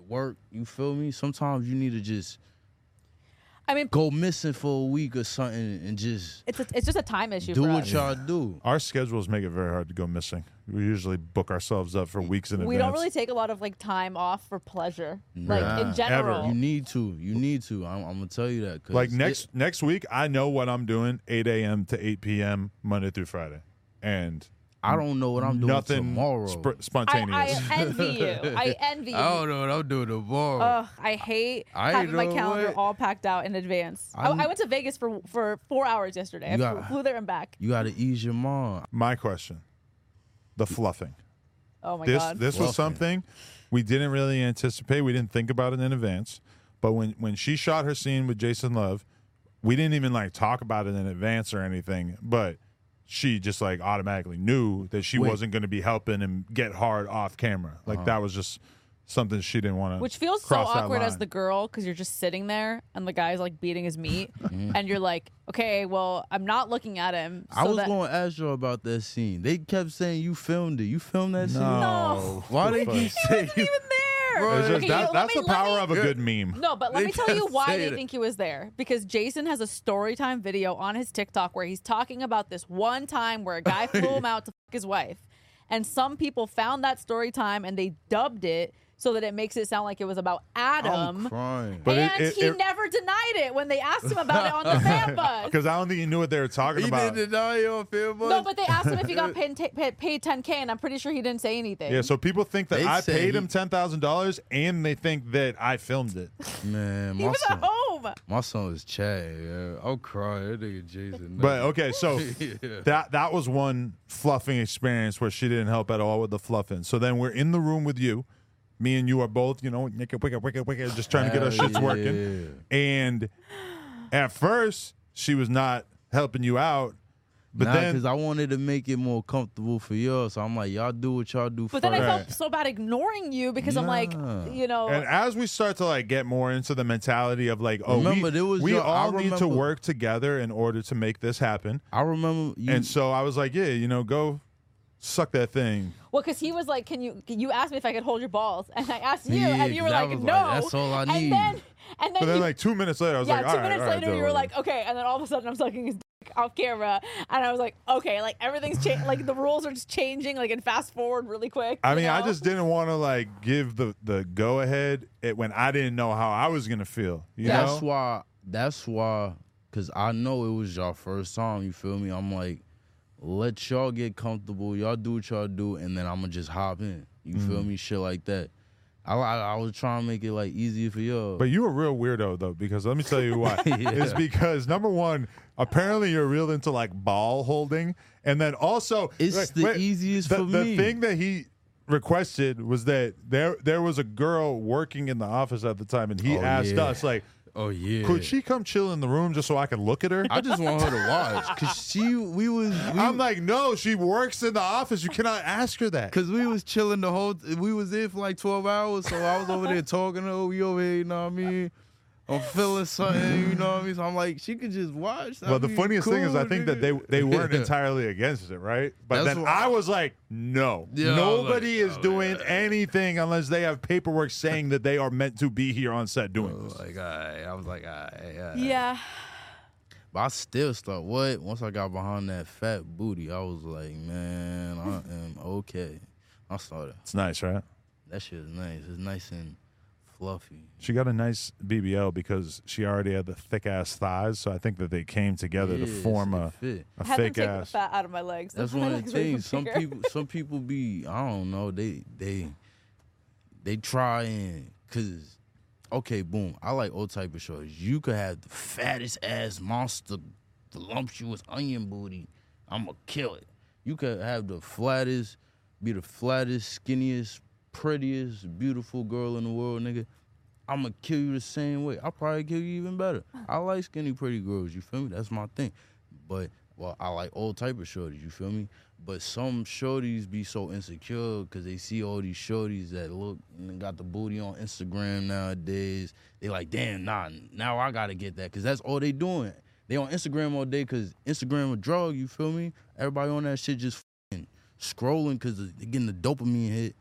Speaker 2: Work, you feel me? Sometimes you need to just
Speaker 3: I mean,
Speaker 2: go missing for a week or something and just
Speaker 3: it's a, it's just a time issue.
Speaker 2: do
Speaker 3: for
Speaker 2: what
Speaker 3: us.
Speaker 2: y'all do.
Speaker 1: Our schedules make it very hard to go missing. We usually book ourselves up for weeks in
Speaker 3: We
Speaker 1: advance.
Speaker 3: don't really take a lot of like time off for pleasure,
Speaker 2: Nah,
Speaker 3: like in
Speaker 2: ever.
Speaker 3: general.
Speaker 2: You need to. You need to. I'm, I'm gonna tell you that. 'cause
Speaker 1: like
Speaker 2: it-
Speaker 1: next next week, I know what I'm doing 8 a.m. to 8 p.m. Monday through Friday, and
Speaker 2: I don't know what I'm doing
Speaker 1: nothing
Speaker 2: tomorrow.
Speaker 1: sp-
Speaker 3: I,
Speaker 1: spontaneous. Oh,
Speaker 3: I envy you. I envy you.
Speaker 2: I don't know what I'm doing tomorrow.
Speaker 3: Ugh, I hate
Speaker 2: I
Speaker 3: having my
Speaker 2: know
Speaker 3: calendar
Speaker 2: what-
Speaker 3: all packed out in advance. I,
Speaker 2: I'm-
Speaker 3: I went to Vegas for for four hours yesterday. I
Speaker 2: You
Speaker 3: flew,
Speaker 2: got-
Speaker 3: flew there and back.
Speaker 2: you gotta ease your mind.
Speaker 1: My question: the fluffing.
Speaker 3: Oh my
Speaker 1: this
Speaker 3: god.
Speaker 1: this
Speaker 2: Fluffing.
Speaker 1: was something we didn't really anticipate. We didn't think about it in advance. But when when she shot her scene with Jason Love, we didn't even like talk about it in advance or anything. But she just like automatically knew that she
Speaker 2: Wait. Uh-huh.
Speaker 1: wasn't going to be helping him get hard off camera. Like that was just something she didn't want to.
Speaker 3: which feels so awkward as the girl because you're just sitting there and the guy's like beating his meat
Speaker 1: Mm.
Speaker 3: and you're like, okay, well, I'm not looking at him.
Speaker 2: I
Speaker 3: so
Speaker 2: was
Speaker 3: that-
Speaker 2: gonna ask you all about that scene. They kept saying you filmed it. You filmed that scene.
Speaker 1: No.
Speaker 2: Why they keep saying
Speaker 3: even there.
Speaker 2: Bro,
Speaker 1: It's just-
Speaker 2: Okay,
Speaker 1: that-
Speaker 3: you- let
Speaker 1: that's
Speaker 3: me-
Speaker 1: the
Speaker 3: let
Speaker 1: power
Speaker 3: me-
Speaker 1: of a good meme.
Speaker 3: No, but let
Speaker 2: They
Speaker 3: me tell you
Speaker 2: just
Speaker 3: why
Speaker 2: say
Speaker 3: they
Speaker 2: it.
Speaker 3: think he was there. Because Jason has a story time video on his TikTok where he's talking about this one time where a guy flew him out to fuck his wife. And some people found that story time and they dubbed it so that it makes it sound like it was about
Speaker 2: I'm
Speaker 3: Adam.
Speaker 2: crying.
Speaker 1: But it-
Speaker 3: and
Speaker 1: it-
Speaker 3: he
Speaker 1: it-
Speaker 3: never denied it when they asked him about it on the fan bus.
Speaker 1: because I don't think you knew what they were talking
Speaker 2: he
Speaker 1: about.
Speaker 2: didn't deny you on film.
Speaker 3: No, but they asked him if he got paid, t- paid, paid 10K, and I'm pretty sure he didn't say anything.
Speaker 1: uh, Yeah, so people think that
Speaker 2: They
Speaker 1: I
Speaker 2: say
Speaker 1: paid
Speaker 2: he-
Speaker 1: him ten thousand dollars, and they think that I filmed it.
Speaker 2: man,
Speaker 3: he
Speaker 2: my
Speaker 3: was oh. at
Speaker 2: son,
Speaker 3: home.
Speaker 2: my son is Chad. Yeah. I'm crying. That nigga Jason.
Speaker 1: But oh, okay, so
Speaker 2: Yeah.
Speaker 1: that that was one fluffing experience where she didn't help at all with the fluffing. So then we're in the room with you. Me and you are both, you know, wicked, wicked, wicked, wicked, just trying to get our
Speaker 2: Hell
Speaker 1: shits working. And at first, she was not helping you out, but
Speaker 2: But nah,
Speaker 1: then
Speaker 2: because I wanted to make it more comfortable for y'all, so I'm like, y'all do what y'all do
Speaker 3: But
Speaker 2: first.
Speaker 3: then I
Speaker 1: Right.
Speaker 3: felt so bad ignoring you because I'm like,
Speaker 2: Nah.
Speaker 3: you know.
Speaker 1: And as we start to like get more into the mentality of like, oh,
Speaker 2: Remember,
Speaker 1: we,
Speaker 2: there was
Speaker 1: we
Speaker 2: your- I
Speaker 1: all need to
Speaker 2: remember-
Speaker 1: work together in order to make this happen.
Speaker 2: I remember you.
Speaker 1: And so I was like, yeah, you know, go suck that thing.
Speaker 3: Well, because he was like, "Can you?" You asked me if I could hold your balls, and I asked you,
Speaker 2: Yeah,
Speaker 3: and you were
Speaker 2: 'cause I
Speaker 3: like,
Speaker 2: was
Speaker 3: "No."
Speaker 2: like, "That's all I need."
Speaker 3: And then, and then,
Speaker 1: But then
Speaker 3: you-
Speaker 1: like two minutes later, I was
Speaker 3: yeah,
Speaker 1: like,
Speaker 3: two
Speaker 1: all right,
Speaker 3: minutes
Speaker 1: all right,
Speaker 3: later,
Speaker 1: do
Speaker 3: you
Speaker 1: it,
Speaker 3: were
Speaker 1: whatever.
Speaker 3: like, "Okay," and then all of a sudden, I'm sucking his dick off camera, and I was like, "Okay," like everything's changing, like the rules are just changing, like and fast forward really quick.
Speaker 1: I
Speaker 3: you
Speaker 1: mean, I
Speaker 3: know?
Speaker 1: just didn't want to like give the the go ahead it when I didn't know how I was gonna feel. You
Speaker 3: Yeah.
Speaker 1: know,
Speaker 2: That's why. That's why. Cause I know it was y'all first time. You feel me? I'm like, let y'all get comfortable. Y'all do what y'all do, and then I'ma just hop in. You feel
Speaker 1: Mm.
Speaker 2: me? Shit like that. I, I I was trying to make it like easier for y'all.
Speaker 1: But you a real weirdo though, because let me tell you why.
Speaker 2: Yeah.
Speaker 1: It's because number one, apparently you're real into like ball holding, and then also
Speaker 2: It's the easiest
Speaker 1: the,
Speaker 2: for
Speaker 1: the
Speaker 2: me.
Speaker 1: thing that he requested was that there there was a girl working in the office at the time, and he
Speaker 2: Oh,
Speaker 1: asked
Speaker 2: yeah.
Speaker 1: us like,
Speaker 2: oh yeah.
Speaker 1: could she come chill in the room just so I could look at her?
Speaker 2: I just want her to watch. Cause she we was we,
Speaker 1: I'm like, no, she works in the office. You cannot ask her that.
Speaker 2: Cause we was chilling the whole. We was in for like twelve hours, so I was over there talking to her. We over here, you know what I mean? I'm feeling something, you know what I mean? So I'm like, she could just watch.
Speaker 1: Well, the funniest thing is, I think that they they weren't
Speaker 2: entirely.
Speaker 1: entirely against it, right? But
Speaker 2: That's
Speaker 1: then
Speaker 2: why-
Speaker 1: I was like, no,
Speaker 2: Yeah, I was
Speaker 1: nobody
Speaker 2: like,
Speaker 1: is
Speaker 2: oh,
Speaker 1: doing
Speaker 2: yeah.
Speaker 1: anything unless they have paperwork saying that they are meant to be here on set doing this.
Speaker 2: Like, alright. I was like, all right,
Speaker 3: yeah.
Speaker 2: But I still start what? Once I got behind that fat booty, I was like, man, I am okay. I started.
Speaker 1: It's nice, right?
Speaker 2: That shit is nice. It's nice and fluffy.
Speaker 1: She got a nice BBL because she already had the thick ass thighs, so I think that they came together
Speaker 2: Yeah,
Speaker 1: to
Speaker 2: it's-
Speaker 1: form
Speaker 2: it
Speaker 1: a,
Speaker 2: fit.
Speaker 1: a
Speaker 3: Have them
Speaker 1: fake
Speaker 3: take the
Speaker 1: ass.
Speaker 3: fat out of my legs.
Speaker 2: That's
Speaker 3: My
Speaker 2: one of the
Speaker 3: legs are even
Speaker 2: things. Some
Speaker 3: bigger.
Speaker 2: people, some people be, I don't know. They, they, they try and cause, okay, boom. I like all type of shorts. You could have the fattest ass monster, voluptuous onion booty. I'ma kill it. You could have the flattest, be the flattest, skinniest, prettiest, beautiful girl in the world, nigga. I'ma kill you the same way. I'll probably kill you even better. I like skinny, pretty girls. You feel me? That's my thing. But well, I like all type of shorties. You feel me? But some shorties be so insecure because they see all these shorties that look and got the booty on Instagram nowadays. They like, damn, nah. Now I gotta get that because that's all they doing. They on Instagram all day because Instagram a drug. You feel me? Everybody on that shit just fing scrolling because they getting the dopamine hit.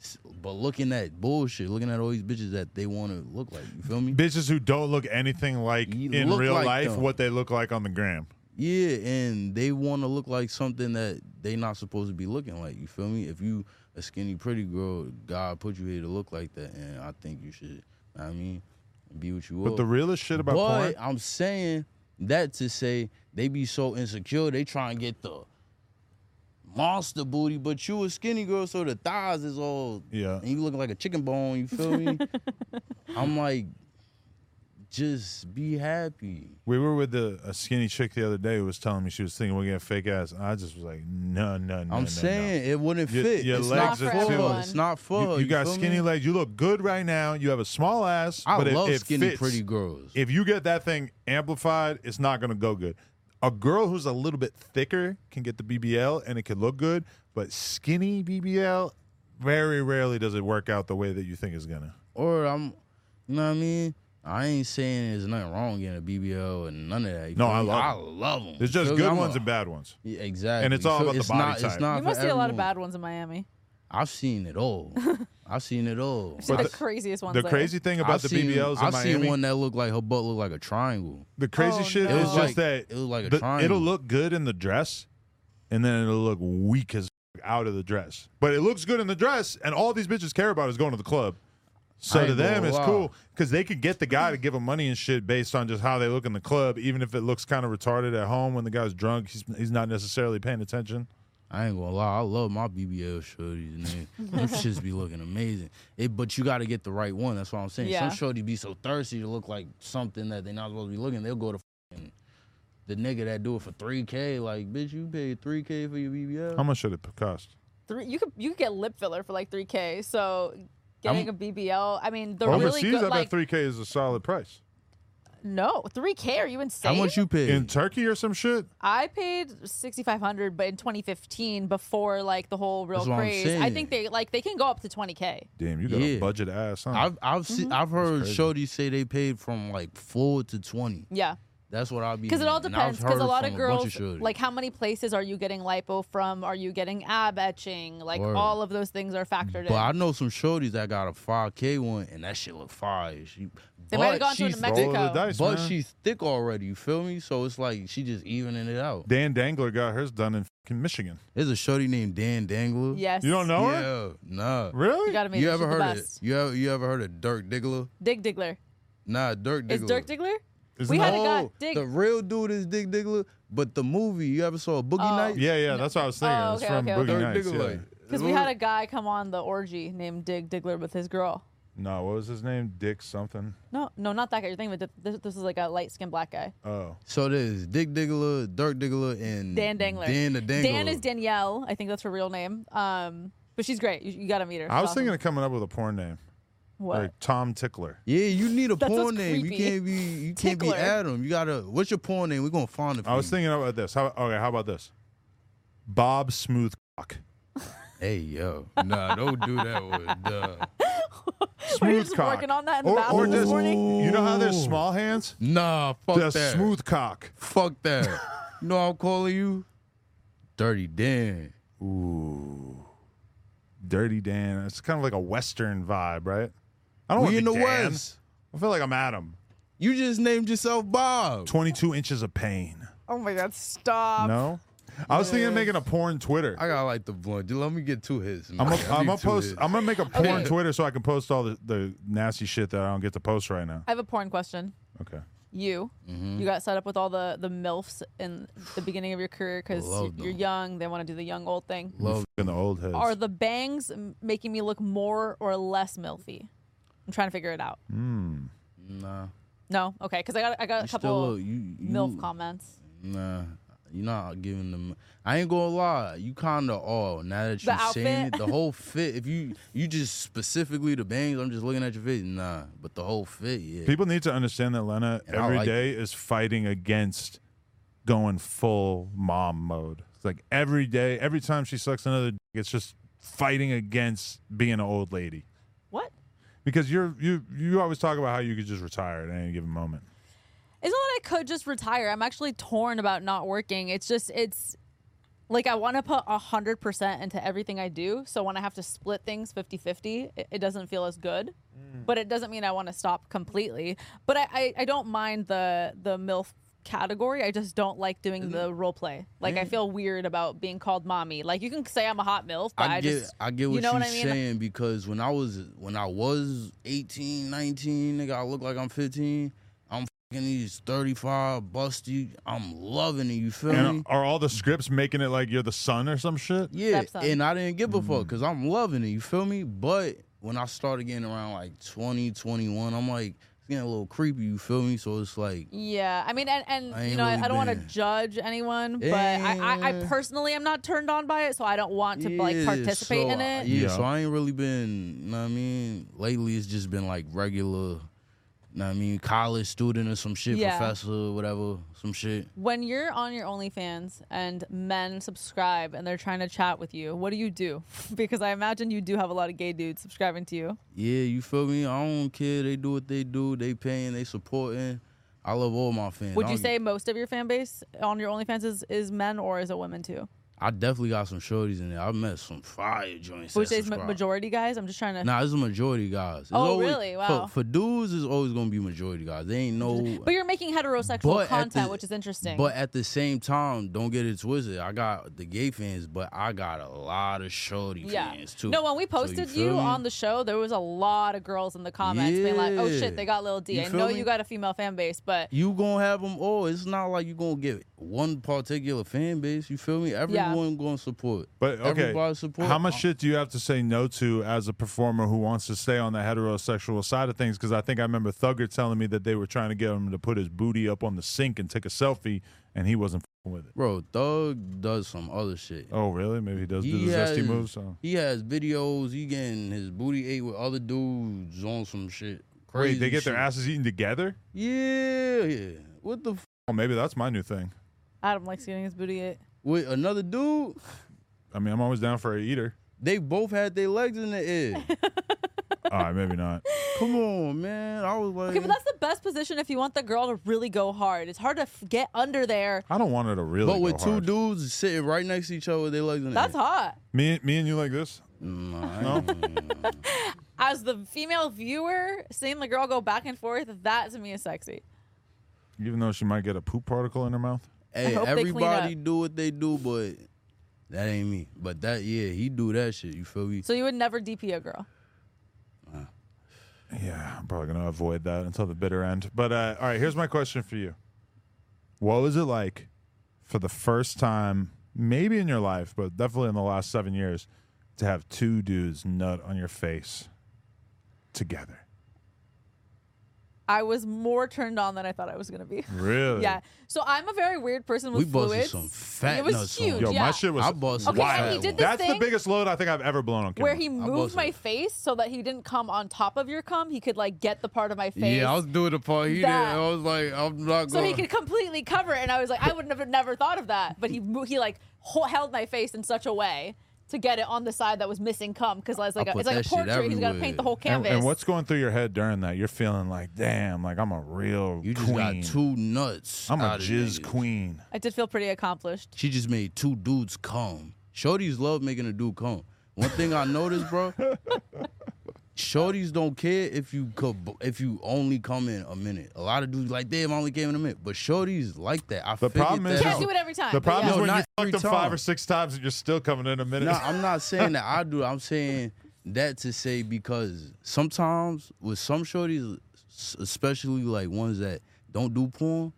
Speaker 2: S- But looking at bullshit, looking at all these bitches that they want to look like. You feel me?
Speaker 1: Bitches who don't look anything like
Speaker 2: You
Speaker 1: in
Speaker 2: look
Speaker 1: real
Speaker 2: like
Speaker 1: life
Speaker 2: them.
Speaker 1: what they look like on the gram.
Speaker 2: Yeah, and they want to look like something that they not supposed to be looking like. You feel me? If you a skinny pretty girl, God put you here to look like that, and I think you should. I mean, be what you are.
Speaker 1: But the realest shit about porn,
Speaker 2: But I'm saying that to say they be so insecure, they try and get the monster booty, but you a skinny girl, so the thighs is all
Speaker 1: Yeah.
Speaker 2: and you look like a chicken bone. You feel me? I'm like, just be happy.
Speaker 1: we were with the, a skinny chick the other day who was telling me she was thinking we're getting fake ass. And I just was like, no, no, no.
Speaker 2: I'm
Speaker 1: no,
Speaker 2: saying it wouldn't
Speaker 1: Your-
Speaker 2: fit.
Speaker 1: your
Speaker 2: it's
Speaker 1: legs
Speaker 2: not
Speaker 3: are
Speaker 2: for
Speaker 3: too-
Speaker 2: her. It's not
Speaker 1: No.
Speaker 2: for her.
Speaker 1: You, you got
Speaker 2: feel
Speaker 1: skinny
Speaker 2: me?
Speaker 1: legs. You look good right now. You have a small ass.
Speaker 2: I
Speaker 1: but it-
Speaker 2: love
Speaker 1: it,
Speaker 2: skinny
Speaker 1: fits.
Speaker 2: pretty girls.
Speaker 1: if you get that thing amplified, it's not going to go good. A girl who's a little bit thicker can get the BBL and it can look good, but skinny BBL, very rarely does it work out the way that you think it's going to.
Speaker 2: or I'm, you know what I mean. I ain't saying there's nothing wrong getting a BBL and none of that. you
Speaker 1: No,
Speaker 2: feel
Speaker 1: I
Speaker 2: me?
Speaker 1: love
Speaker 2: I
Speaker 1: 'em.
Speaker 2: love them.
Speaker 1: There's just good ones and bad ones.
Speaker 2: Yeah, exactly.
Speaker 1: And it's
Speaker 2: You
Speaker 1: all
Speaker 2: feel-
Speaker 1: about the
Speaker 2: it's
Speaker 1: body
Speaker 2: not, It's
Speaker 1: type.
Speaker 2: not
Speaker 3: You must
Speaker 2: for
Speaker 3: see a lot of
Speaker 2: everyone.
Speaker 3: bad ones in Miami.
Speaker 2: I've seen it all. I've seen it all.
Speaker 3: See
Speaker 1: But
Speaker 3: the,
Speaker 1: the-
Speaker 3: craziest ones.
Speaker 1: The
Speaker 3: there.
Speaker 1: crazy thing about
Speaker 2: I've
Speaker 1: the
Speaker 2: seen,
Speaker 1: BBLs in
Speaker 2: I've
Speaker 1: Miami,
Speaker 2: seen one that looked like her butt looked like a triangle.
Speaker 1: the crazy
Speaker 3: Oh,
Speaker 1: shit is
Speaker 3: no. It was
Speaker 1: just
Speaker 2: like-
Speaker 1: that
Speaker 2: it was like a
Speaker 1: the-
Speaker 2: triangle.
Speaker 1: it'll look good in the dress, and then it'll look weak as f- out of the dress. But it looks good in the dress, and all these bitches care about is going to the club. So
Speaker 2: I
Speaker 1: to
Speaker 2: ain't gonna
Speaker 1: them, it's
Speaker 2: lie.
Speaker 1: cool because they could get the guy to give them money and shit based on just how they look in the club, even if it looks kind of retarded at home when the guy's drunk. He's he's not necessarily paying attention.
Speaker 2: I ain't gonna lie, I love my BBL shorties, man. Them shits be looking amazing. It, but you gotta get the right one. That's what I'm saying.
Speaker 3: Yeah.
Speaker 2: Some shorties be so thirsty to look like something that they not supposed to be looking. They'll go to fing the nigga that do it for three k. Like, bitch, you paid three k for your BBL.
Speaker 1: How much should it cost?
Speaker 3: Three, you could you could get lip filler for like 3k. So getting
Speaker 2: I'm-
Speaker 3: a BBL, I mean, the really
Speaker 1: Overseas,
Speaker 3: good
Speaker 1: I
Speaker 3: like
Speaker 1: bet three k is a solid price.
Speaker 3: no 3k. Are you insane?
Speaker 2: How much you paid?
Speaker 1: In Turkey or some shit.
Speaker 3: I paid 6500, but in 2015, before like the whole real
Speaker 2: That's what I'm
Speaker 3: craze, I
Speaker 2: saying.
Speaker 3: think they like they can go up to 20k.
Speaker 1: Damn, you got a
Speaker 2: Yeah.
Speaker 1: budget ass, huh?
Speaker 2: I've I've se-
Speaker 3: Mm-hmm.
Speaker 2: I've heard
Speaker 1: crazy.
Speaker 2: shorties say they paid from like four to twenty.
Speaker 3: Yeah.
Speaker 2: That's what I'll be.
Speaker 3: Because it all
Speaker 2: hearing. And I've
Speaker 3: depends. Because a
Speaker 2: heard
Speaker 3: lot of
Speaker 2: from a bunch
Speaker 3: girls,
Speaker 2: shorties.
Speaker 3: like, how many places are you getting lipo from? Are you getting ab etching? Like,
Speaker 2: Word.
Speaker 3: all of those things are factored
Speaker 2: But I
Speaker 3: in.
Speaker 2: know some shorties that got a 5K one, and that shit look fire. She,
Speaker 3: They might have
Speaker 2: but
Speaker 3: gone to
Speaker 2: she's
Speaker 3: New
Speaker 2: thick-
Speaker 1: Roll the
Speaker 3: Mexico.
Speaker 1: dice,
Speaker 2: But
Speaker 1: man.
Speaker 2: she's thick already. You feel me? So it's like she just evening it out.
Speaker 1: Dan Dangler got hers done in fucking Michigan.
Speaker 2: There's a shorty named Dan Dangler.
Speaker 3: Yes.
Speaker 1: You don't know her?
Speaker 2: Yeah. Nah.
Speaker 3: You
Speaker 1: Really?
Speaker 3: gotta make
Speaker 2: You
Speaker 3: this
Speaker 2: ever
Speaker 3: shit
Speaker 2: heard
Speaker 3: the
Speaker 2: of
Speaker 3: best.
Speaker 2: you ever you ever heard of Dirk Diggler?
Speaker 3: Dig Diggler.
Speaker 2: Nah, Dirk Diggler.
Speaker 3: Is Dirk Diggler?
Speaker 1: Isn't
Speaker 3: We
Speaker 1: that-
Speaker 3: had a guy.
Speaker 2: No,
Speaker 3: Dig.
Speaker 2: The real dude is Dick Diggler, but the movie you ever saw Boogie
Speaker 3: Oh.
Speaker 2: Nights?
Speaker 1: yeah, yeah, that's what I was thinking.
Speaker 3: Oh,
Speaker 1: it's
Speaker 3: okay,
Speaker 1: from
Speaker 3: okay, okay.
Speaker 1: Boogie
Speaker 2: Dirk
Speaker 1: Nights.
Speaker 2: Diggler.
Speaker 1: yeah.
Speaker 3: Because we had a guy come on the orgy named Dig Diggler with his girl.
Speaker 1: No, what was his name? Dick something.
Speaker 3: No, no, not that guy. You're thinking of a- this, this is like a light skinned black guy.
Speaker 1: Oh,
Speaker 2: So there's Dick Diggler, Dirk Diggler, and
Speaker 3: Dan Dangler.
Speaker 2: Dan the Dangler.
Speaker 3: Dan is Danielle. I think that's her real name. Um, but she's great. You, you gotta meet her.
Speaker 1: I
Speaker 3: She's
Speaker 1: was
Speaker 3: awesome.
Speaker 1: thinking of coming up with a porn name,
Speaker 3: what?
Speaker 1: like Tom Tickler.
Speaker 2: Yeah, you need a
Speaker 3: That sounds
Speaker 2: porn name. You
Speaker 3: creepy.
Speaker 2: can't be you can't be
Speaker 3: Tickler.
Speaker 2: Adam. You gotta what's your porn name? We're gonna find it for
Speaker 1: I was
Speaker 2: you.
Speaker 1: thinking about this. How okay? How about this? Bob Smooth Cock.
Speaker 2: Hey yo. Nah, don't do that one. Duh.
Speaker 3: Were you
Speaker 1: Smooth
Speaker 3: just
Speaker 1: cock.
Speaker 3: working on that in the
Speaker 1: or,
Speaker 3: bathroom
Speaker 1: or
Speaker 3: this
Speaker 1: just,
Speaker 3: morning?
Speaker 1: You know how there's small hands?
Speaker 2: Nah, fuck
Speaker 1: Just
Speaker 2: that.
Speaker 1: smooth cock.
Speaker 2: Fuck that. you know what I'm calling you? Dirty Dan.
Speaker 1: Dirty Dan. It's kind of like a Western vibe, right? I don't want
Speaker 2: We
Speaker 1: to
Speaker 2: in
Speaker 1: be
Speaker 2: the
Speaker 1: Dan.
Speaker 2: West.
Speaker 1: I feel like I'm Adam.
Speaker 2: You just named yourself Bob.
Speaker 1: 22 inches of pain.
Speaker 3: Oh my god, stop.
Speaker 1: No, I was thinking of making a porn Twitter.
Speaker 2: I got like the blunt. Dude, let me get two hits. Man.
Speaker 1: I'm
Speaker 2: Let me
Speaker 1: gonna
Speaker 2: two
Speaker 1: post.
Speaker 2: hits.
Speaker 1: I'm gonna make a porn
Speaker 2: Okay.
Speaker 1: Twitter so I can post all the, the nasty shit that I don't get to post right now.
Speaker 3: I have a porn question.
Speaker 1: Okay.
Speaker 3: You,
Speaker 2: Mm-hmm.
Speaker 3: you got set up with all the the milfs in the beginning of your career because
Speaker 2: Love
Speaker 3: you're
Speaker 2: them.
Speaker 3: young. They want to do the young old thing.
Speaker 2: Love
Speaker 1: Oh, In the old heads.
Speaker 3: Are the bangs m- making me look more or less milfy? I'm trying to figure it
Speaker 1: Mm.
Speaker 3: out.
Speaker 1: Hmm.
Speaker 2: nah.
Speaker 3: No, okay, because I got I got a
Speaker 2: You
Speaker 3: couple
Speaker 2: still look you, you
Speaker 3: milf comments.
Speaker 2: Nah. You're not giving them. I ain't gonna lie. You kinda are. Now that you're saying
Speaker 3: outfit?
Speaker 2: it, the whole fit. If you you just specifically the bangs, I'm just looking at your face. Nah, but the whole fit, yeah.
Speaker 1: People need to understand that Lena
Speaker 2: And I
Speaker 1: every day
Speaker 2: like
Speaker 1: is fighting against going full mom mode. It's like every day, every time she sucks another, dick, it's just fighting against being an old lady.
Speaker 3: What?
Speaker 1: Because you're you you always talk about how you could just retire at any given moment.
Speaker 3: It's not that I I could just retire. I'm actually torn about not working. It's just it's like I want to put 100% into everything I do. So when I have to split things 50-50, it, it doesn't feel as good. But it doesn't mean I want to stop completely. But I, I I don't mind the the MILF category. I just don't like doing the role play. Like I feel weird about being called mommy. Like you can say I'm a hot MILF, but I,
Speaker 2: I get
Speaker 3: just
Speaker 2: I get what
Speaker 3: you know
Speaker 2: you're
Speaker 3: what I mean?
Speaker 2: saying because when I was when I was 18, 19, nigga, I look like I'm 15. I'm fucking these 35 busty. I'm loving it, you feel me?
Speaker 1: And are all the scripts making it like you're the son or some shit?
Speaker 2: Yeah,
Speaker 3: Stepson.
Speaker 2: and I didn't give a fuck because I'm loving it. You feel me? But when I started getting around like 20, 21, I'm like it's getting a little creepy. You feel me? So it's like
Speaker 3: Yeah, I mean, and, and
Speaker 2: I
Speaker 3: you
Speaker 2: ain't
Speaker 3: know, I,
Speaker 2: really
Speaker 3: I don't want to
Speaker 2: been.
Speaker 3: judge anyone, but I, I, I
Speaker 2: Yeah.
Speaker 3: personally am not turned on by it, so I don't want to like
Speaker 2: yeah,
Speaker 3: participate
Speaker 2: so
Speaker 3: in
Speaker 2: I-
Speaker 3: it.
Speaker 2: yeah,
Speaker 1: Yeah.
Speaker 2: so I ain't really been. You know what I mean? Lately, it's just been like regular. Know what I mean, college student or some shit,
Speaker 3: Yeah.
Speaker 2: professor, whatever, some shit.
Speaker 3: When you're on your OnlyFans and men subscribe and they're trying to chat with you, what do you do? because I imagine you do have a lot of gay dudes subscribing to you.
Speaker 2: Yeah, you feel me? I don't care. They do what they do. They paying. They supporting. I love all my fans.
Speaker 3: Would
Speaker 2: I
Speaker 3: you
Speaker 2: don't give-
Speaker 3: say most of your fan base on your OnlyFans is, is men or is it women too?
Speaker 2: I definitely got some shorties in there. I met some fire joints.
Speaker 3: Which
Speaker 2: that
Speaker 3: is ma-
Speaker 2: subscribe.
Speaker 3: majority guys? I'm just trying to.
Speaker 2: Nah, it's a majority guys. It's
Speaker 3: Oh,
Speaker 2: always-
Speaker 3: really?
Speaker 2: for-
Speaker 3: Wow.
Speaker 2: For, dudes, it's always gonna be majority guys. They ain't no.
Speaker 3: But you're making heterosexual
Speaker 2: But at
Speaker 3: content,
Speaker 2: the-
Speaker 3: which is interesting.
Speaker 2: But at the same time, don't get it twisted. I got the gay fans, but I got a lot of shorty fans too.
Speaker 3: No, when we
Speaker 2: So you
Speaker 3: posted
Speaker 2: feel
Speaker 3: you,
Speaker 2: me?
Speaker 3: on the show, there was a lot of girls in the comments being like, "Oh
Speaker 2: Yeah.
Speaker 3: shit, they got Lil D.
Speaker 2: You
Speaker 3: I
Speaker 2: feel
Speaker 3: know
Speaker 2: me?
Speaker 3: you got a female fan base, but
Speaker 2: you gonna have them all. It's not like you gonna get one particular fan base. You feel me? Everyone gonna support.
Speaker 1: But okay,
Speaker 2: everybody support.
Speaker 1: how much shit do you have to say no to as a performer who wants to stay on the heterosexual side of things? Because I think I remember Thugger telling me that they were trying to get him to put his booty up on the sink and take a selfie, and he wasn't fing with it.
Speaker 2: Bro, Thug does some other shit.
Speaker 1: Oh, really? Maybe he does do
Speaker 2: He
Speaker 1: the
Speaker 2: has-
Speaker 1: zesty moves. Oh. So.
Speaker 2: He has videos. He getting his booty ate with other dudes on some shit. Crazy.
Speaker 1: Wait, they get their
Speaker 2: shit.
Speaker 1: asses eaten together?
Speaker 2: Yeah, yeah. What the f-
Speaker 1: Oh, maybe that's my new thing.
Speaker 3: Adam likes getting his booty ate.
Speaker 2: with another dude?
Speaker 1: I mean, I'm always down for a eater.
Speaker 2: They both had their legs in the air.
Speaker 1: All right, maybe not.
Speaker 2: Come on, man. I was like,
Speaker 3: Okay, but that's the best position if you want the girl to really go hard. It's hard to f- get under there.
Speaker 1: I don't want her to really.
Speaker 2: but with
Speaker 1: go
Speaker 2: two
Speaker 1: hard.
Speaker 2: dudes sitting right next to each other with their legs in the
Speaker 3: That's
Speaker 2: air.
Speaker 3: hot.
Speaker 1: me, me and you like this?
Speaker 2: Nah, I ain't-
Speaker 3: As the female viewer, seeing the girl go back and forth, that to me is sexy.
Speaker 1: Even though she might get a poop particle in her mouth.
Speaker 2: Hey,
Speaker 3: hope they clean
Speaker 2: everybody do what they do, but that ain't me. But that, yeah, he do that shit. You feel me?
Speaker 3: So you would never DP a girl.
Speaker 1: Yeah, I'm probably gonna avoid that until the bitter end. But uh, all right, here's my question for you: What was it like for the first time, maybe in your life, but definitely in the last seven years, to have two dudes nut on your face together?
Speaker 3: I was more turned on than I thought I was gonna be.
Speaker 1: Really?
Speaker 3: Yeah. So I'm a very weird person
Speaker 2: We
Speaker 3: with
Speaker 2: busted
Speaker 3: fluids.
Speaker 2: some fat
Speaker 3: it was
Speaker 2: nuts on
Speaker 3: huge.
Speaker 1: Yo,
Speaker 3: yeah.
Speaker 1: my shit was
Speaker 2: I bought some
Speaker 3: Okay, and
Speaker 1: wild.
Speaker 3: he did this
Speaker 1: That's the
Speaker 3: thing-
Speaker 1: biggest load I think I've ever blown on camera.
Speaker 3: where he moved
Speaker 2: wasn't-
Speaker 3: my face so that he didn't come on top of your cum. He could like get the part of my face.
Speaker 2: Yeah, I was doing the part he did.
Speaker 3: That-
Speaker 2: I was like, I'm not
Speaker 3: so
Speaker 2: going.
Speaker 3: he could completely cover it. And I was like, I would never never thought of that. But he mo- he like ho- held my face in such a way to get it on the side that was missing cum because like a,
Speaker 2: put
Speaker 3: it's like
Speaker 2: that
Speaker 3: a
Speaker 2: shit
Speaker 3: portrait. He's got to paint the whole
Speaker 1: and,
Speaker 3: canvas.
Speaker 1: and what's going through your head during that? You're feeling like, damn, like I'm a real
Speaker 2: you just
Speaker 1: queen.
Speaker 2: got two nuts.
Speaker 1: I'm a
Speaker 2: out of
Speaker 1: jizz
Speaker 2: niggas.
Speaker 1: queen.
Speaker 3: I did feel pretty accomplished.
Speaker 2: She just made two dudes come. Shorties love making a dude come. One thing I noticed, bro. Shorties don't care if you co- if you only come in a minute. A lot of dudes like, damn, I only came in a minute. But shorties like that. I
Speaker 1: The
Speaker 2: figured
Speaker 1: problem
Speaker 2: that
Speaker 1: is-
Speaker 3: Can't
Speaker 2: out.
Speaker 3: do it every time.
Speaker 1: The
Speaker 3: but
Speaker 1: problem
Speaker 3: yeah.
Speaker 1: is
Speaker 2: No,
Speaker 1: when you
Speaker 2: not
Speaker 1: fuck
Speaker 2: every
Speaker 1: them five
Speaker 2: time.
Speaker 1: or six times and you're still coming in a minute.
Speaker 2: No, I'm not saying that I do. I'm saying that to say because sometimes with some shorties, s- especially like ones that don't do porn,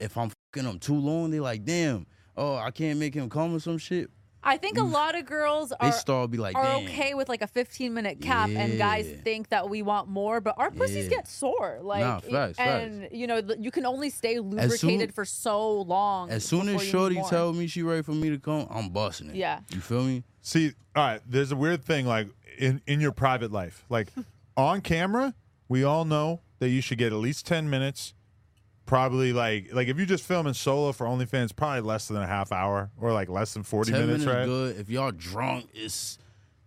Speaker 2: if I'm fucking them too long, they like, damn, oh, I can't make him come or some shit.
Speaker 3: I think a lot of girls
Speaker 2: They
Speaker 3: are
Speaker 2: start be like,
Speaker 3: are
Speaker 2: damn.
Speaker 3: okay with like a 15 minute cap and guys
Speaker 2: Yeah.
Speaker 3: think that we want more but our pussies
Speaker 2: Yeah.
Speaker 3: get sore like
Speaker 2: Nah, facts,
Speaker 3: and you know th- you can only stay lubricated for so long
Speaker 2: As soon as
Speaker 3: before you need
Speaker 2: Shorty
Speaker 3: more.
Speaker 2: tell me she ready for me to come, I'm busting it.
Speaker 3: Yeah.
Speaker 2: You feel me?
Speaker 1: See, all right, there's a weird thing like in in your private life. Like on camera, we all know that you should get at least 10 minutes. Probably like like if you're just filming solo for OnlyFans, probably less than a half hour or like less than 40
Speaker 2: Ten
Speaker 1: minutes,
Speaker 2: minutes
Speaker 1: right?
Speaker 2: good. If y'all drunk, it's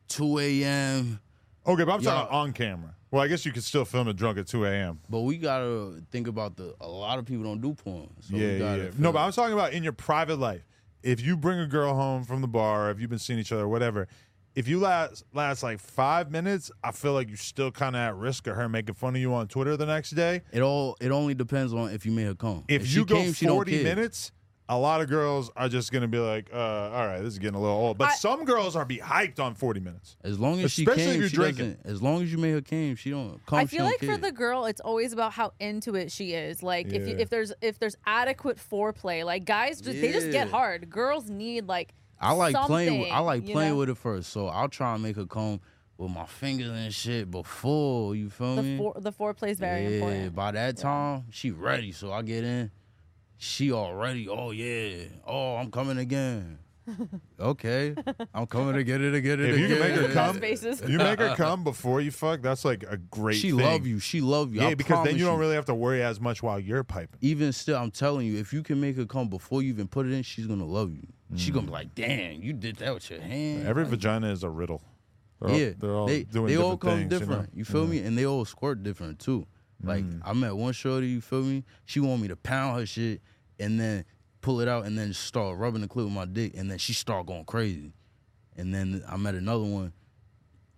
Speaker 2: 2 a.m.
Speaker 1: Okay, but I'm
Speaker 2: Yeah.
Speaker 1: talking about on camera. Well, I guess you could still film it drunk at 2 a.m.
Speaker 2: But we gotta think about the. A lot of people don't do porn. So
Speaker 1: yeah,
Speaker 2: we
Speaker 1: yeah.
Speaker 2: gotta
Speaker 1: yeah. No,
Speaker 2: feel-
Speaker 1: but I was talking about in your private life. If you bring a girl home from the bar, if you've been seeing each other, whatever, if you last last like five minutes, I feel like you're still kind of at risk of her making fun of you on Twitter the next day.
Speaker 2: It all. It only depends on if you made her come.
Speaker 1: If,
Speaker 2: she
Speaker 1: you go
Speaker 2: came, she don't
Speaker 1: 40
Speaker 2: care.
Speaker 1: minutes, a lot of girls are just gonna be like, uh, "All right, this is getting a little old." But
Speaker 3: I-
Speaker 1: some girls are be hyped on 40 minutes.
Speaker 2: As long as
Speaker 1: Especially
Speaker 2: she
Speaker 1: if
Speaker 2: came,
Speaker 1: you're
Speaker 2: she
Speaker 1: drinking.
Speaker 2: doesn't. As long as you made her came, she don't come.
Speaker 3: I
Speaker 2: she
Speaker 3: feel
Speaker 2: don't
Speaker 3: like for
Speaker 2: care.
Speaker 3: the girl, it's always about how into it she is. Like if you,
Speaker 1: Yeah.
Speaker 3: if there's if there's adequate foreplay, like guys just they just get
Speaker 2: Yeah.
Speaker 3: hard. Girls need like
Speaker 2: I like playing. With, I
Speaker 3: something,
Speaker 2: like
Speaker 3: you
Speaker 2: playing
Speaker 3: know?
Speaker 2: with it first, so I'll try and make her come with my fingers and shit before you feel
Speaker 3: the
Speaker 2: me.
Speaker 3: for, the foreplay is very
Speaker 2: yeah,
Speaker 3: important.
Speaker 2: by that time she ready, so I get in. She already. Oh yeah. Oh, I'm coming again. okay, I'm coming to get it, to get it.
Speaker 1: If
Speaker 2: to
Speaker 1: you can
Speaker 2: get
Speaker 1: make her
Speaker 2: it.
Speaker 1: come,
Speaker 3: Spaces.
Speaker 1: you make her come before you fuck. That's like a great.
Speaker 2: she
Speaker 1: thing.
Speaker 2: love you. She love you.
Speaker 1: Yeah,
Speaker 2: I
Speaker 1: because then
Speaker 2: promise
Speaker 1: you don't really have to worry as much while you're piping.
Speaker 2: even still, I'm telling you, if you can make her come before you even put it in, she's gonna love you. She gonna be like, "Damn, you did that with your hand."
Speaker 1: Mm. Every vagina is a riddle. They're
Speaker 2: yeah,
Speaker 1: all, they're all
Speaker 2: they,
Speaker 1: doing
Speaker 2: they
Speaker 1: different
Speaker 2: all come
Speaker 1: things, you know? Mm.
Speaker 2: different. You, feel me? And they all squirt different too. Like I met one shorty, you feel me? She want me to pound her shit and then pull it out and then start rubbing the clip with my dick and then she start going crazy. And then I met another one.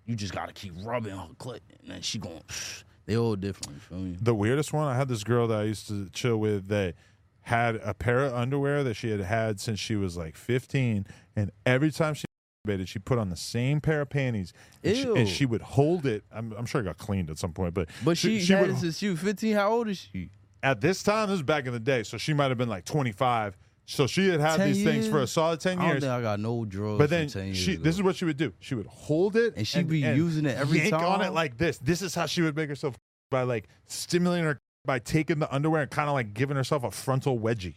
Speaker 2: You just gotta keep rubbing her clit and then she going. They all different. You feel me?
Speaker 1: Mm-hmm. The weirdest one, I had this girl that I used to chill with that had a pair of underwear that she had had since she was like 15, and every time she masturbated, she put on the same pair of panties, and, She,
Speaker 2: Ew.
Speaker 1: and she would hold it. I'm, I'm sure it got cleaned at some point, but
Speaker 2: But she, she,
Speaker 1: would,
Speaker 2: had it since she was 15. How old is she?
Speaker 1: at this time. This was back in the day, so she might have been like 25. So she had had
Speaker 2: 10
Speaker 1: these things for a
Speaker 2: years?
Speaker 1: solid 10
Speaker 2: I don't
Speaker 1: years.
Speaker 2: think I got no drugs.
Speaker 1: But
Speaker 2: from
Speaker 1: then
Speaker 2: 10 years
Speaker 1: she,
Speaker 2: ago.
Speaker 1: this is what she would do. She would hold it,
Speaker 2: And she'd be using it every
Speaker 1: yank on it
Speaker 2: time?
Speaker 1: like this. This is how she would make herself by like stimulating her by taking the underwear and kind of like giving herself a frontal wedgie.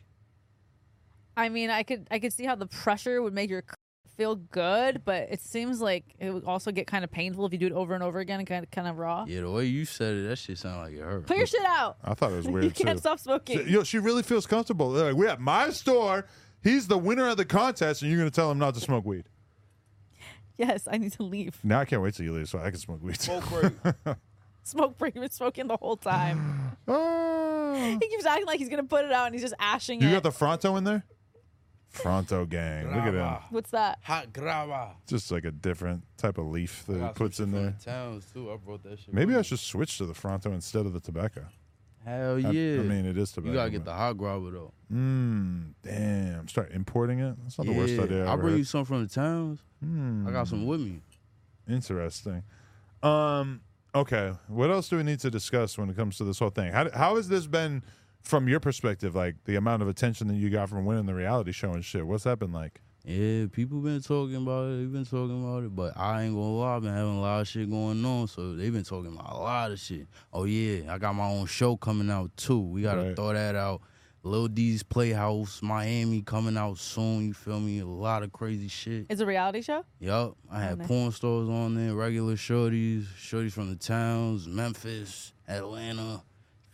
Speaker 3: I mean, I could I could see how the pressure would make your c- feel good, but it seems like it would also get kind of painful if you do it over and over again, and kind of kind of raw.
Speaker 2: Yeah, the way you said it, that shit sound like it hurt.
Speaker 3: Put your shit out.
Speaker 1: I thought it was weird
Speaker 3: You
Speaker 1: too.
Speaker 3: can't stop smoking.
Speaker 1: So, yo, she really feels comfortable. They're like, we're at my store. He's the winner of the contest, and you're gonna tell him not to smoke weed.
Speaker 3: yes, I need to leave.
Speaker 1: Now I can't wait till you leave so I can smoke weed. Too.
Speaker 3: Smoke break. He was smoking the whole time.
Speaker 1: Oh.
Speaker 3: He keeps acting like he's gonna put it out, and he's just ashing
Speaker 1: You
Speaker 3: it.
Speaker 1: got the Fronto in there? Fronto gang. Look at him.
Speaker 3: What's that?
Speaker 2: Hot grava.
Speaker 1: Just like a different type of leaf that he
Speaker 2: Got some
Speaker 1: puts
Speaker 2: shit
Speaker 1: in
Speaker 2: from
Speaker 1: there.
Speaker 2: the Towns too. I brought that shit.
Speaker 1: Maybe
Speaker 2: with
Speaker 1: I
Speaker 2: me.
Speaker 1: should switch to the Fronto instead of the tobacco.
Speaker 2: Hell
Speaker 1: I-
Speaker 2: yeah.
Speaker 1: I mean, it is tobacco.
Speaker 2: you gotta get
Speaker 1: but-
Speaker 2: the hot grava though.
Speaker 1: Mm, damn. Start importing it. That's not the worst
Speaker 2: Yeah.
Speaker 1: idea. I
Speaker 2: I'll
Speaker 1: ever Mm-hmm.
Speaker 2: bring
Speaker 1: heard.
Speaker 2: you some from the towns. I got some with me.
Speaker 1: Interesting. Um. Okay. What else do we need to discuss when it comes to this whole thing? How how has this been from your perspective? Like the amount of attention that you got from winning the reality show and shit. What's that been like?
Speaker 2: Yeah, people been talking about it. They've been talking about it, but I ain't gonna lie. I've been having a lot of shit going on, so they've been talking about a lot of shit. Oh yeah, I got my own show coming out too. We gotta
Speaker 1: Right.
Speaker 2: throw that out. Lil D's Playhouse, Miami coming out soon. You feel me? A lot of crazy shit.
Speaker 3: Is it a reality show?
Speaker 2: Yup, I had
Speaker 3: nice.
Speaker 2: porn stars on there, regular shorties, shorties from the towns, Memphis, Atlanta,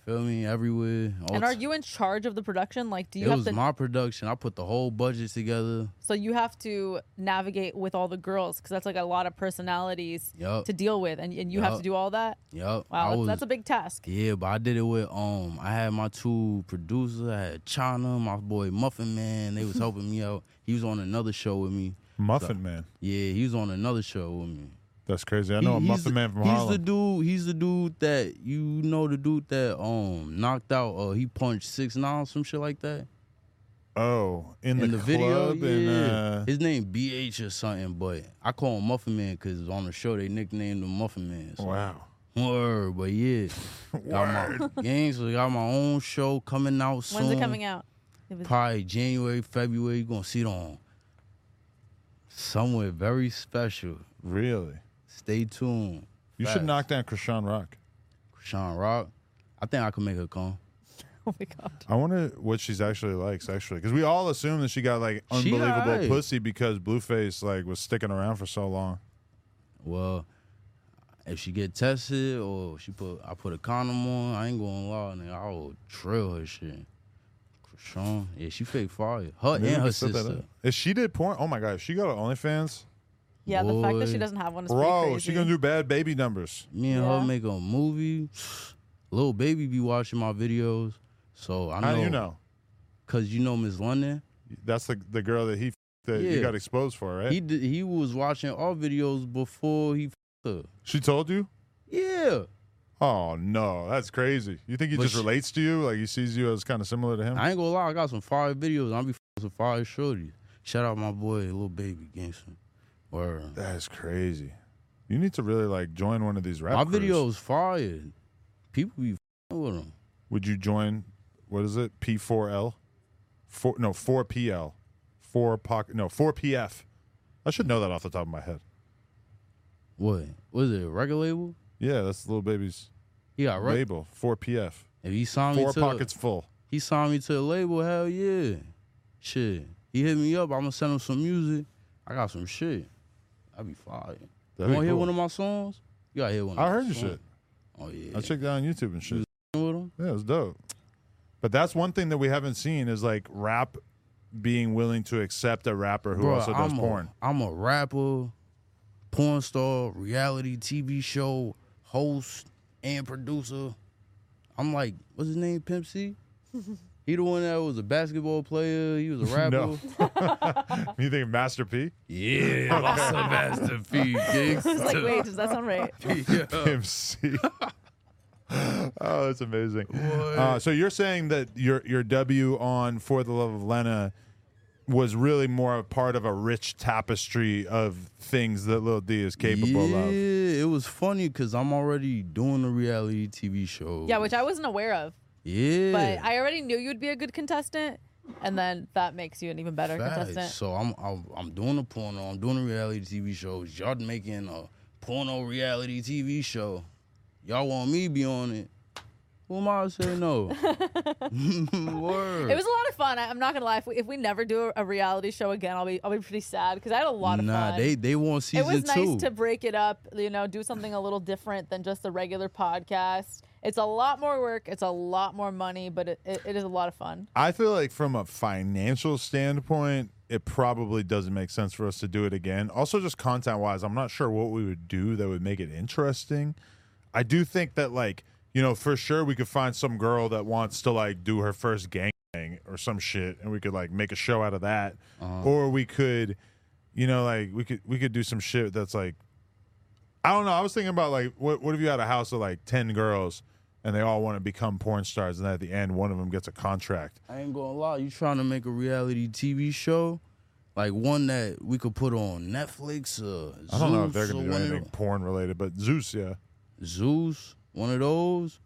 Speaker 2: feel me, everywhere. all
Speaker 3: And are
Speaker 2: t-
Speaker 3: you in charge of the production? Like, do you
Speaker 2: it
Speaker 3: have
Speaker 2: was
Speaker 3: to?
Speaker 2: my production. I put the whole budget together.
Speaker 3: so you have to navigate with all the girls because that's like a lot of personalities
Speaker 2: Yup,
Speaker 3: to deal with, and, and you have
Speaker 2: Yup.
Speaker 3: to do all that.
Speaker 2: yup.
Speaker 3: Wow,
Speaker 2: I
Speaker 3: that's,
Speaker 2: was,
Speaker 3: that's a big task.
Speaker 2: yeah, but I did it with um. I had my two producers. I had Chana, my boy Muffin Man. They was helping me out. He was on another show with me.
Speaker 1: Muffin Man.
Speaker 2: Yeah, he was on another show with me.
Speaker 1: That's crazy. I know a
Speaker 2: He- he's
Speaker 1: Muffin
Speaker 2: the-
Speaker 1: Man from
Speaker 2: he's
Speaker 1: Harlem.
Speaker 2: the dude. He's the dude that you know. The dude that um knocked out. Uh, he punched six nine, some shit like that.
Speaker 1: oh, in,
Speaker 2: in
Speaker 1: the,
Speaker 2: the, video,
Speaker 1: club
Speaker 2: yeah.
Speaker 1: and uh,
Speaker 2: His name BH or something, but I call him Muffin Man because on the show they nicknamed him Muffin Man. So.
Speaker 1: wow.
Speaker 2: Word, but yeah, got my games. We got my own show coming out soon.
Speaker 3: When's it coming out? It was-
Speaker 2: Probably January, February. You gonna see it on somewhere very special.
Speaker 1: Really?
Speaker 2: Stay tuned.
Speaker 1: You should
Speaker 2: Facts.
Speaker 1: knock down Krishan Rock.
Speaker 2: Sean Rock. I think I can make her come.
Speaker 3: oh my god.
Speaker 1: I wonder what she's actually like sexually, because we all assume that she got like
Speaker 2: She
Speaker 1: unbelievable
Speaker 2: alright.
Speaker 1: pussy because Blueface like was sticking around for so long.
Speaker 2: Well, if she get tested or she put I put a condom on, I ain't gonna lie, nigga, I will drill her shit. Krishan, yeah, she fake fire. Her
Speaker 1: Maybe
Speaker 2: and
Speaker 1: we
Speaker 2: her
Speaker 1: could set that
Speaker 2: sister.
Speaker 1: up. If she did porn, oh my god, if she got an OnlyFans,
Speaker 3: Yeah, the fact that she
Speaker 2: Boy.
Speaker 3: doesn't have one is pretty
Speaker 1: Bro,
Speaker 3: crazy.
Speaker 1: she gonna do bad baby numbers.
Speaker 2: Me and
Speaker 3: Yeah.
Speaker 2: her make a movie. Little baby be watching my videos, so I know.
Speaker 1: How do you know?
Speaker 2: Cause you know Miss London.
Speaker 1: That's the the girl that he f- that you
Speaker 2: Yeah.
Speaker 1: got exposed for, right?
Speaker 2: He did, he was watching all videos before he f***ed her.
Speaker 1: she told you?
Speaker 2: Yeah.
Speaker 1: Oh no, that's crazy. You think he
Speaker 2: But
Speaker 1: just
Speaker 2: she-
Speaker 1: relates to you? Like he sees you as kind of similar to him?
Speaker 2: I ain't gonna lie, I got some fire videos. I'll be f***ing some fire shorties. Shout out my boy, little baby gangster. Or
Speaker 1: that's crazy. You need to really like join one of these rap.
Speaker 2: my
Speaker 1: crews.
Speaker 2: videos fire. People be f***ing with them.
Speaker 1: Would you join? What is it? P four L, four no four P L, four pocket no four P F. I should know that off the top of my head.
Speaker 2: What? What is it? A record label?
Speaker 1: Yeah, that's little baby's
Speaker 2: He got right.
Speaker 1: label. Four P F.
Speaker 2: If he signed me
Speaker 1: Four
Speaker 2: to
Speaker 1: pockets full.
Speaker 2: he signed me to the label, hell yeah. Shit. He hit me up, I'ma send him some music. I got some shit. I be fire. You
Speaker 1: That'd
Speaker 2: wanna
Speaker 1: be
Speaker 2: hear
Speaker 1: cool.
Speaker 2: one of my songs? You gotta hear one of
Speaker 1: I
Speaker 2: my
Speaker 1: heard your
Speaker 2: songs.
Speaker 1: shit.
Speaker 2: Oh yeah.
Speaker 1: I checked that on YouTube and
Speaker 2: Mm.
Speaker 1: shit.
Speaker 2: with him.
Speaker 1: Yeah, it was dope. But that's one thing that we haven't seen is like rap being willing to accept a rapper who
Speaker 2: Bruh,
Speaker 1: also does
Speaker 2: I'm
Speaker 1: porn.
Speaker 2: A, I'm a rapper, porn star, reality TV show host, and producer. I'm like, what's his name? Pimp C. he the one that was a basketball player. He was a rapper.
Speaker 1: No. you think of Master P?
Speaker 2: Yeah, what's up, Master P? Gigs.
Speaker 3: It's like, wait, does that sound right?
Speaker 2: yeah.
Speaker 1: MC. oh, that's amazing. Uh, so you're saying that your your W on For the Love of Lena was really more a part of a rich tapestry of things that Lil D is capable
Speaker 2: yeah,
Speaker 1: of.
Speaker 2: it was funny because I'm already doing a reality TV show.
Speaker 3: Yeah, which I wasn't aware of,
Speaker 2: yeah,
Speaker 3: but I already knew you'd be a good contestant, and then that makes you an even better
Speaker 2: Facts.
Speaker 3: contestant.
Speaker 2: So I'm, I'm I'm doing a porno. I'm doing a reality TV show. Y'all making a porno reality TV show. Y'all want me to be on it? Who am I to say no? Word.
Speaker 3: It was a lot of fun. I, I'm not gonna lie. If we, if we never do a, a reality show again, I'll be I'll be pretty sad because I had a lot of
Speaker 2: nah,
Speaker 3: fun.
Speaker 2: they they want
Speaker 3: it
Speaker 2: season
Speaker 3: was nice
Speaker 2: two.
Speaker 3: to break it up. You know, do something a little different than just the regular podcast. It's a lot more work. It's a lot more money, but it, it, it is a lot of fun.
Speaker 1: I feel like from a financial standpoint, it probably doesn't make sense for us to do it again. Also, just content wise, I'm not sure what we would do that would make it interesting. I do think that, like, you know, for sure we could find some girl that wants to, like, do her first gang thing or some shit, and we could, like, make a show out of that. Or we could, you know, like, we could, we could do some shit that's like, I don't know. I was thinking about like, what what if you had a house of like ten girls, and they all want to become porn stars, and then at the end, one of them gets a contract.
Speaker 2: I ain't gonna lie. You trying to make a reality TV show, like one that we could put on Netflix or
Speaker 1: I don't know if they're
Speaker 2: Zeus
Speaker 1: gonna
Speaker 2: or
Speaker 1: do
Speaker 2: one of
Speaker 1: anything
Speaker 2: them-
Speaker 1: porn related, but Zeus, yeah.
Speaker 2: Zeus, one of those.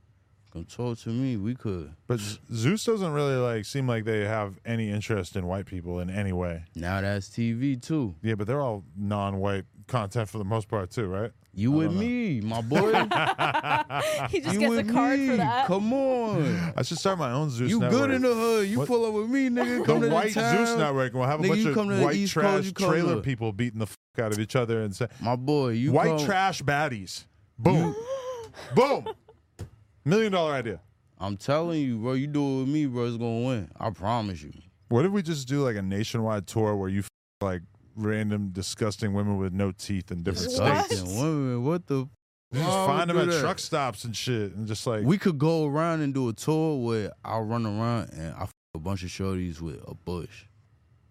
Speaker 2: Come talk to me. We could.
Speaker 1: But Z- Zeus doesn't really like seem like they have any interest in white people in any way.
Speaker 2: Now that's TV too.
Speaker 1: Yeah, but they're all non-white content for the most part too, right?
Speaker 2: You with me, my boy.
Speaker 3: He just
Speaker 2: you
Speaker 3: gets a
Speaker 2: with
Speaker 3: card
Speaker 2: me.
Speaker 3: for that.
Speaker 2: Come on.
Speaker 1: I should start my own Zeus.
Speaker 2: You
Speaker 1: network.
Speaker 2: good in the hood. You
Speaker 1: What?
Speaker 2: pull up with me, nigga.
Speaker 1: The
Speaker 2: Come to
Speaker 1: white
Speaker 2: town.
Speaker 1: Zeus network will have a
Speaker 2: Nigga,
Speaker 1: bunch
Speaker 2: you
Speaker 1: of
Speaker 2: come to the
Speaker 1: white
Speaker 2: East Coast,
Speaker 1: trash
Speaker 2: you come
Speaker 1: trailer
Speaker 2: to-
Speaker 1: people beating the fuck out of each other and say,
Speaker 2: My boy, you
Speaker 1: white
Speaker 2: come-
Speaker 1: trash baddies. Boom, boom, million dollar idea.
Speaker 2: I'm telling you, bro. You do it with me, bro. It's gonna win. I promise you.
Speaker 1: What if we just do like a nationwide tour where you f- like random disgusting women with no teeth in different states?
Speaker 2: Disgusting women. What the?
Speaker 1: You just
Speaker 2: Why would
Speaker 1: find them
Speaker 2: we
Speaker 1: at
Speaker 2: Oh, do that?
Speaker 1: truck stops and shit, and just like
Speaker 2: We could go around and do a tour where I'll run around and I f- a bunch of shorties with a bush.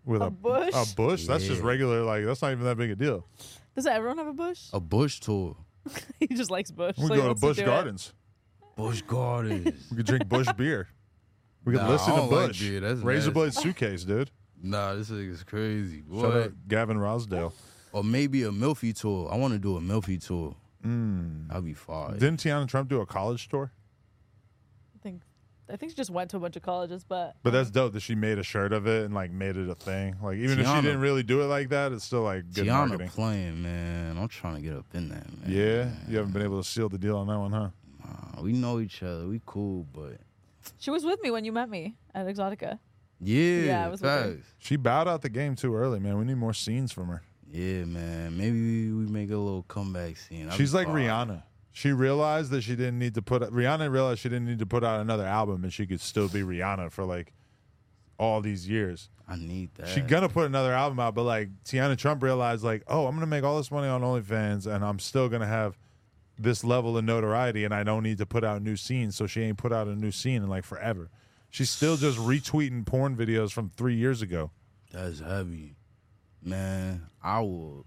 Speaker 1: with
Speaker 3: A
Speaker 1: a,
Speaker 3: bush?
Speaker 1: A bush. That's just
Speaker 2: Yeah.
Speaker 1: regular. Like that's not even that big a deal.
Speaker 3: Does everyone have a bush?
Speaker 2: A bush tour.
Speaker 3: he just likes bush.
Speaker 1: We
Speaker 3: so he
Speaker 1: go to
Speaker 3: wants
Speaker 1: Bush
Speaker 3: do it.
Speaker 1: Gardens.
Speaker 2: Bush gardens.
Speaker 1: We could drink Bush beer. We could
Speaker 2: Nah, I
Speaker 1: listen to
Speaker 2: don't like
Speaker 1: Bush.
Speaker 2: beer. That's
Speaker 1: Razor
Speaker 2: nasty.
Speaker 1: blade suitcase, dude.
Speaker 2: nah, this nigga's crazy. Boy.
Speaker 1: Shout out Gavin Rosdale.
Speaker 2: Or maybe a Milfy tour. I want to do a Milfy tour. Mm. I'll be fine.
Speaker 1: Didn't Tiana Trump do a college tour?
Speaker 3: I think, I think she just went to a bunch of colleges, but
Speaker 1: But that's dope that she made a shirt of it and like made it a thing. Like even if she
Speaker 2: Tiana.
Speaker 1: didn't really do it like that, it's still like good
Speaker 2: Tiana
Speaker 1: marketing.
Speaker 2: playing, man. I'm trying to get up in that, man.
Speaker 1: Yeah, you haven't been able to seal the deal on that one, huh?
Speaker 2: Uh, we know each other. We cool, but
Speaker 3: she was with me when you met me at Exotica.
Speaker 2: yeah,
Speaker 3: Yeah, I was with her.
Speaker 2: facts.
Speaker 1: She bowed out the game too early, man. We need more scenes from her.
Speaker 2: Yeah, man. Maybe we make a little comeback scene. I'll
Speaker 1: She's
Speaker 2: be
Speaker 1: like
Speaker 2: fine.
Speaker 1: Rihanna. She realized that she didn't need to put Rihanna realized she didn't need to put out another album and she could still be Rihanna for like all these years.
Speaker 2: I need that.
Speaker 1: She gonna put another album out, but like Tiana Trump realized, like, oh, I'm gonna make all this money on OnlyFans, and I'm still gonna have this level of notoriety, and I don't need to put out new scenes. So she ain't put out a new scene in like forever. She's still just retweeting porn videos from three years ago.
Speaker 2: That's heavy, man. I will.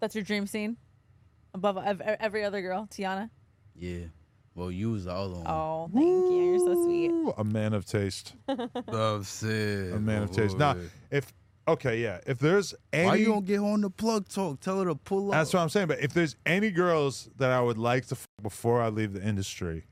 Speaker 3: That's your dream scene, above ev- ev- every other girl, Tiana.
Speaker 2: Yeah. Well, you was the other one.
Speaker 3: Oh, thank you. You're so sweet.
Speaker 1: Ooh, a man of taste.
Speaker 2: Love said.
Speaker 1: A man of taste. Now, if okay, yeah, if there's any,
Speaker 2: Why you gonna get on the plug talk? Tell her to pull up.
Speaker 1: that's what I'm saying. But if there's any girls that I would like to fuck before I leave the industry,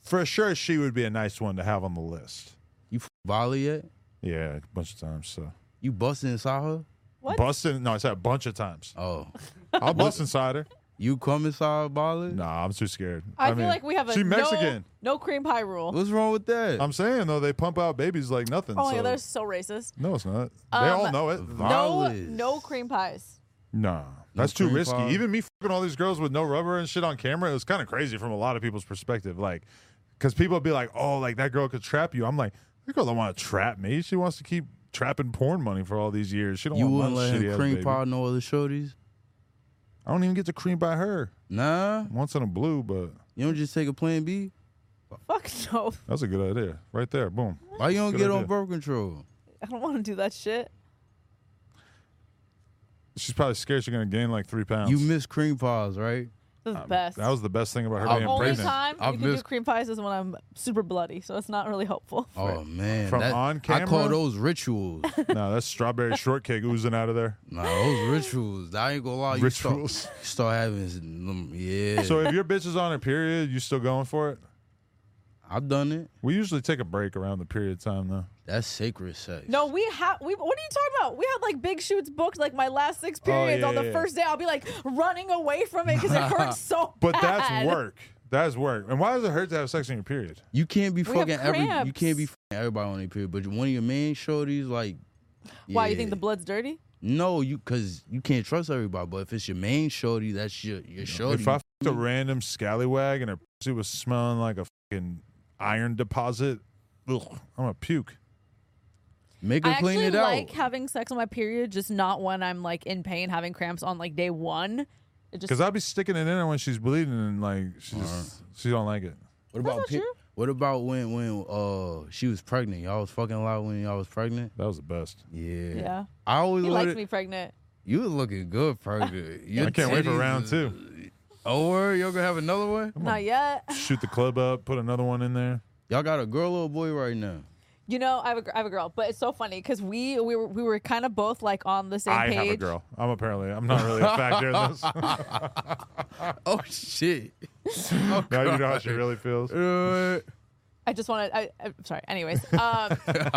Speaker 1: for sure she would be a nice one to have on the list.
Speaker 2: You f- volley yet?
Speaker 1: Yeah, a bunch of times. So
Speaker 2: You busted inside her?
Speaker 3: What?
Speaker 1: busting? No, I said a bunch of times.
Speaker 2: Oh,
Speaker 1: I'll bust inside her.
Speaker 2: you come inside volley?
Speaker 1: Nah, I'm too scared.
Speaker 3: I, feel like we have a
Speaker 1: she
Speaker 3: no-
Speaker 1: Mexican.
Speaker 3: No, cream pie rule.
Speaker 2: What's wrong with that?
Speaker 1: I'm saying though, they pump out babies like nothing.
Speaker 3: oh my
Speaker 1: so-
Speaker 3: god, they're so racist.
Speaker 1: no, it's not. They
Speaker 3: Um,
Speaker 1: all know it.
Speaker 3: No,
Speaker 2: Violence.
Speaker 3: no cream pies.
Speaker 1: Nah, that's too
Speaker 2: cream
Speaker 1: risky.
Speaker 2: pie.
Speaker 1: Even me fucking all these girls with no rubber and shit on camera, it was kind of crazy from a lot of people's perspective. Like, because people would be like, "Oh, like that girl could trap you." I'm like, that girl don't want to trap me. She wants to keep trapping porn money for all these years. She don't
Speaker 2: You
Speaker 1: want
Speaker 2: wouldn't
Speaker 1: my
Speaker 2: let
Speaker 1: shitty
Speaker 2: him
Speaker 1: ass
Speaker 2: cream
Speaker 1: baby.
Speaker 2: pie no other shorties?
Speaker 1: I don't even get to cream by her
Speaker 2: Nah.
Speaker 1: once in a blue, but
Speaker 2: You don't just take a plan B?
Speaker 3: Fuck no.
Speaker 1: that's a good idea right there. Boom.
Speaker 2: Why you don't
Speaker 1: Good
Speaker 2: get
Speaker 1: idea.
Speaker 2: on birth control?
Speaker 3: I don't want to do that shit.
Speaker 1: She's probably scared she's gonna gain like three pounds.
Speaker 2: You miss cream pies, right?
Speaker 3: This is the best.
Speaker 1: Um, That was the best thing about her
Speaker 2: I-
Speaker 1: being
Speaker 3: only
Speaker 1: pregnant.
Speaker 3: time
Speaker 2: I've
Speaker 3: you can do
Speaker 2: missed-
Speaker 3: cream pies is when I'm super bloody, so it's not really helpful.
Speaker 2: Oh man,
Speaker 1: From
Speaker 2: that-
Speaker 1: on
Speaker 2: I call
Speaker 1: camera?
Speaker 2: those rituals.
Speaker 1: no, that's strawberry shortcake oozing out of there.
Speaker 2: nah, those rituals. I ain't gonna lie. Oh, You
Speaker 1: Rituals.
Speaker 2: Start, you start having, some- yeah.
Speaker 1: So if your bitch is on her period, you still going for it?
Speaker 2: I've done it.
Speaker 1: We usually take a break around the period time though.
Speaker 2: That's sacred sex.
Speaker 3: No, we have. We what are you talking about? We had like big shoots booked like my last six periods
Speaker 1: yeah,
Speaker 3: on the
Speaker 1: yeah.
Speaker 3: first day. I'll be like running away from it because it hurts so
Speaker 1: But
Speaker 3: bad.
Speaker 1: that's work. That's work. And why does it hurt to have sex on your period?
Speaker 2: You can't be
Speaker 3: have
Speaker 2: fucking every. You
Speaker 3: cramps.
Speaker 2: can't be fucking everybody on their period. But one of your main shorties, like,
Speaker 3: Why you think
Speaker 2: yeah.
Speaker 3: the blood's dirty?
Speaker 2: No, you because you can't trust everybody. But if it's your main shorty, that's your your shorty.
Speaker 1: If I fucked a random scallywag and her pussy was smelling like a fucking iron deposit, ugh, I'm gonna puke.
Speaker 2: Make
Speaker 3: I
Speaker 2: her clean
Speaker 3: actually
Speaker 2: it
Speaker 3: like
Speaker 2: out.
Speaker 3: having sex on my period, just not when I'm like in pain, having cramps on like day one. It just
Speaker 1: Cause I'll be sticking it in her when she's bleeding and like she's she don't like it.
Speaker 2: what about
Speaker 3: not
Speaker 2: pe-
Speaker 3: true.
Speaker 2: what about when when uh she was pregnant? Y'all was fucking a lot when y'all was pregnant.
Speaker 1: That was the best.
Speaker 2: Yeah.
Speaker 3: yeah,
Speaker 2: I always
Speaker 3: he
Speaker 2: wanted,
Speaker 3: likes me pregnant.
Speaker 2: You was looking good, pregnant. Your
Speaker 1: I can't wait for
Speaker 2: titties
Speaker 1: round
Speaker 2: is-
Speaker 1: two.
Speaker 2: Oh, word? y'all gonna have another one?
Speaker 3: Not yet.
Speaker 1: Shoot the club up, put another one in there.
Speaker 2: Y'all got a girl or a boy right now?
Speaker 3: You know, I have a, gr- I have a girl, but it's so funny because we we were we were kind of both like on the same
Speaker 1: I
Speaker 3: page.
Speaker 1: have a girl. I'm apparently I'm not really a factor in this.
Speaker 2: Oh shit! Oh,
Speaker 1: now you know how
Speaker 2: God.
Speaker 1: she really feels.
Speaker 2: Uh,
Speaker 3: I just want to. I'm sorry. Anyways, um,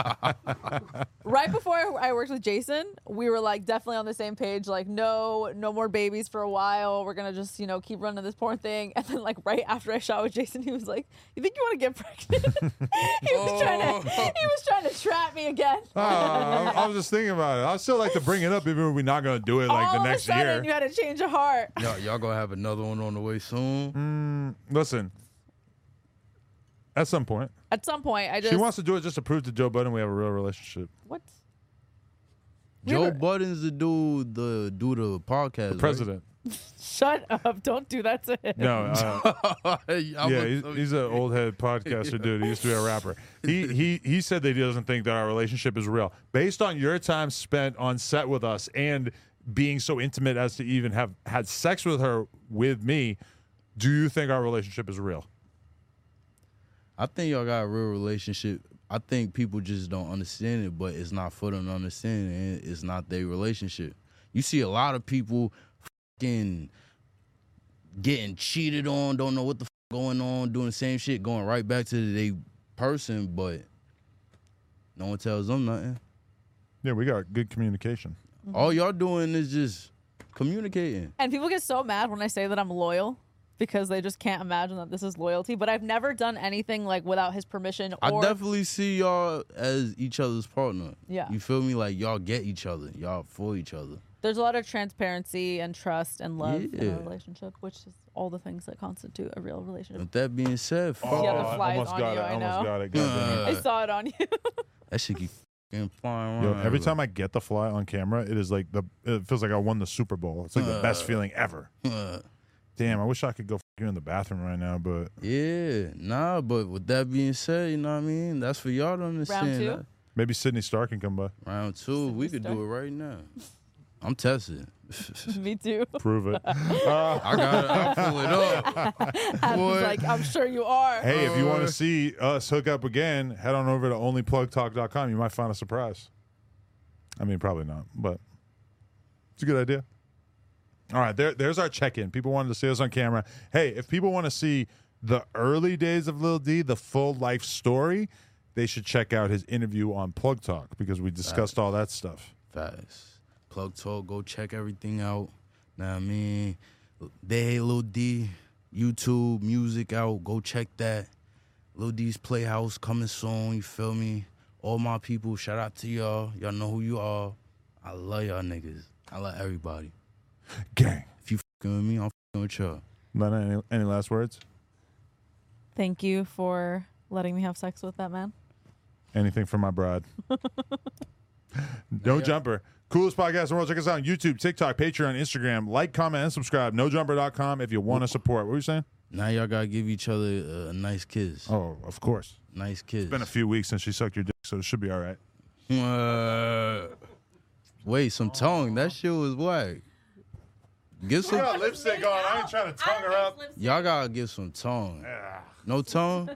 Speaker 3: right before I I worked with Jason, we were like definitely on the same page. Like, no, no more babies for a while. We're gonna just you know keep running this porn thing. And then like right after I shot with Jason, he was like, "You think you want to get pregnant?" he was trying to he was trying to trap me again.
Speaker 1: Oh, I, I was just thinking about it. I still like to bring it up, even if we're not going to do it like
Speaker 3: All
Speaker 1: the next
Speaker 3: of a
Speaker 1: year.
Speaker 3: sudden, you had a change of heart.
Speaker 2: y'all, y'all gonna have another one on the way soon.
Speaker 1: Listen, at some point,
Speaker 3: At some point, I just
Speaker 1: she wants to do it just to prove to Joe Budden we have a real relationship.
Speaker 3: what? We
Speaker 2: Joe
Speaker 3: were-
Speaker 2: Budden's the dude, the dude of the podcast, right?
Speaker 1: President.
Speaker 3: Shut up! Don't do that to him.
Speaker 1: No, uh,
Speaker 2: I
Speaker 1: yeah,
Speaker 2: was-
Speaker 1: he's, he's an old head podcaster dude. He used to be a rapper. He he he said that he doesn't think that our relationship is real based on your time spent on set with us and being so intimate as to even have had sex with her with me. Do you think our relationship is real?
Speaker 2: I think y'all got a real relationship. I think people just don't understand it, but it's not for them to understand, and it's not their relationship. You see a lot of people fucking getting cheated on, don't know what the f- going on, doing the same shit, going right back to the they person, but no one tells them nothing.
Speaker 1: Yeah, we got good communication.
Speaker 2: All y'all doing is just communicating.
Speaker 3: And people get so mad when I say that I'm loyal because they just can't imagine that this is loyalty. But I've never done anything like without his permission
Speaker 2: I
Speaker 3: or
Speaker 2: definitely see y'all as each other's partner.
Speaker 3: Yeah.
Speaker 2: You feel me? Like y'all get each other. Y'all for each other.
Speaker 3: There's a lot of transparency and trust and love in
Speaker 2: Yeah.
Speaker 3: a relationship, which is all the things that constitute a real relationship.
Speaker 2: With that being said, fuck
Speaker 3: Oh,
Speaker 2: that.
Speaker 3: the flies
Speaker 1: almost
Speaker 3: on
Speaker 1: got
Speaker 3: you,
Speaker 1: it.
Speaker 3: I
Speaker 1: almost
Speaker 3: know.
Speaker 1: got it. God damn it.
Speaker 3: I saw it on you.
Speaker 2: that shit keep fucking flying
Speaker 1: Yo,
Speaker 2: around.
Speaker 1: every time I get the fly on camera, it is like the it feels like I won the Super Bowl. It's like the best feeling ever.
Speaker 2: I.
Speaker 1: Damn, I wish I could go f- you in the bathroom right now, but
Speaker 2: Yeah, nah, but with that being said, you know what I mean? That's for y'all to understand.
Speaker 3: two?
Speaker 2: Uh,
Speaker 1: maybe Sydney Star can come by.
Speaker 2: Round two, we could do it right now. I'm testing.
Speaker 3: Me too.
Speaker 1: Prove it. Uh,
Speaker 2: I got it. I'll pull it up.
Speaker 3: I was
Speaker 2: Boy.
Speaker 3: like, I'm sure you are.
Speaker 1: hey, if you want to see us hook up again, head on over to onlyplugtalk.com. You might find a surprise. I mean, probably not, but it's a good idea. All right, there, there's our check in. People wanted to see us on camera. Hey, if people want to see the early days of Lil D, the full life story, they should check out his interview on Plug Talk because we discussed all that stuff.
Speaker 2: Facts. Plug talk, go check everything out. Know what I mean? They hate Lil D, YouTube, music out, go check that. Lil D's Playhouse coming soon, you feel me? All my people, shout out to y'all. Y'all know who you are. I love y'all niggas. I love everybody.
Speaker 1: Gang.
Speaker 2: If you fucking with me, I'm fucking with y'all.
Speaker 1: Lena, any, any last words?
Speaker 3: Thank you for letting me have sex with that man.
Speaker 1: Anything for my bride. no jumper. Coolest podcast in the world. Check us out on YouTube, TikTok, Patreon, Instagram. Like, comment, and subscribe. NoJumper.com if you want to support. What were you saying?
Speaker 2: Now y'all gotta give each other a, a nice kiss.
Speaker 1: Oh, of course.
Speaker 2: Nice kiss.
Speaker 1: It's been a few weeks since she sucked your dick, so it should be all right.
Speaker 2: Uh, wait, some tongue. That shit was whack. Get some.
Speaker 1: lipstick on. I ain't trying to tongue her up.
Speaker 2: Y'all gotta get some tongue. No tongue.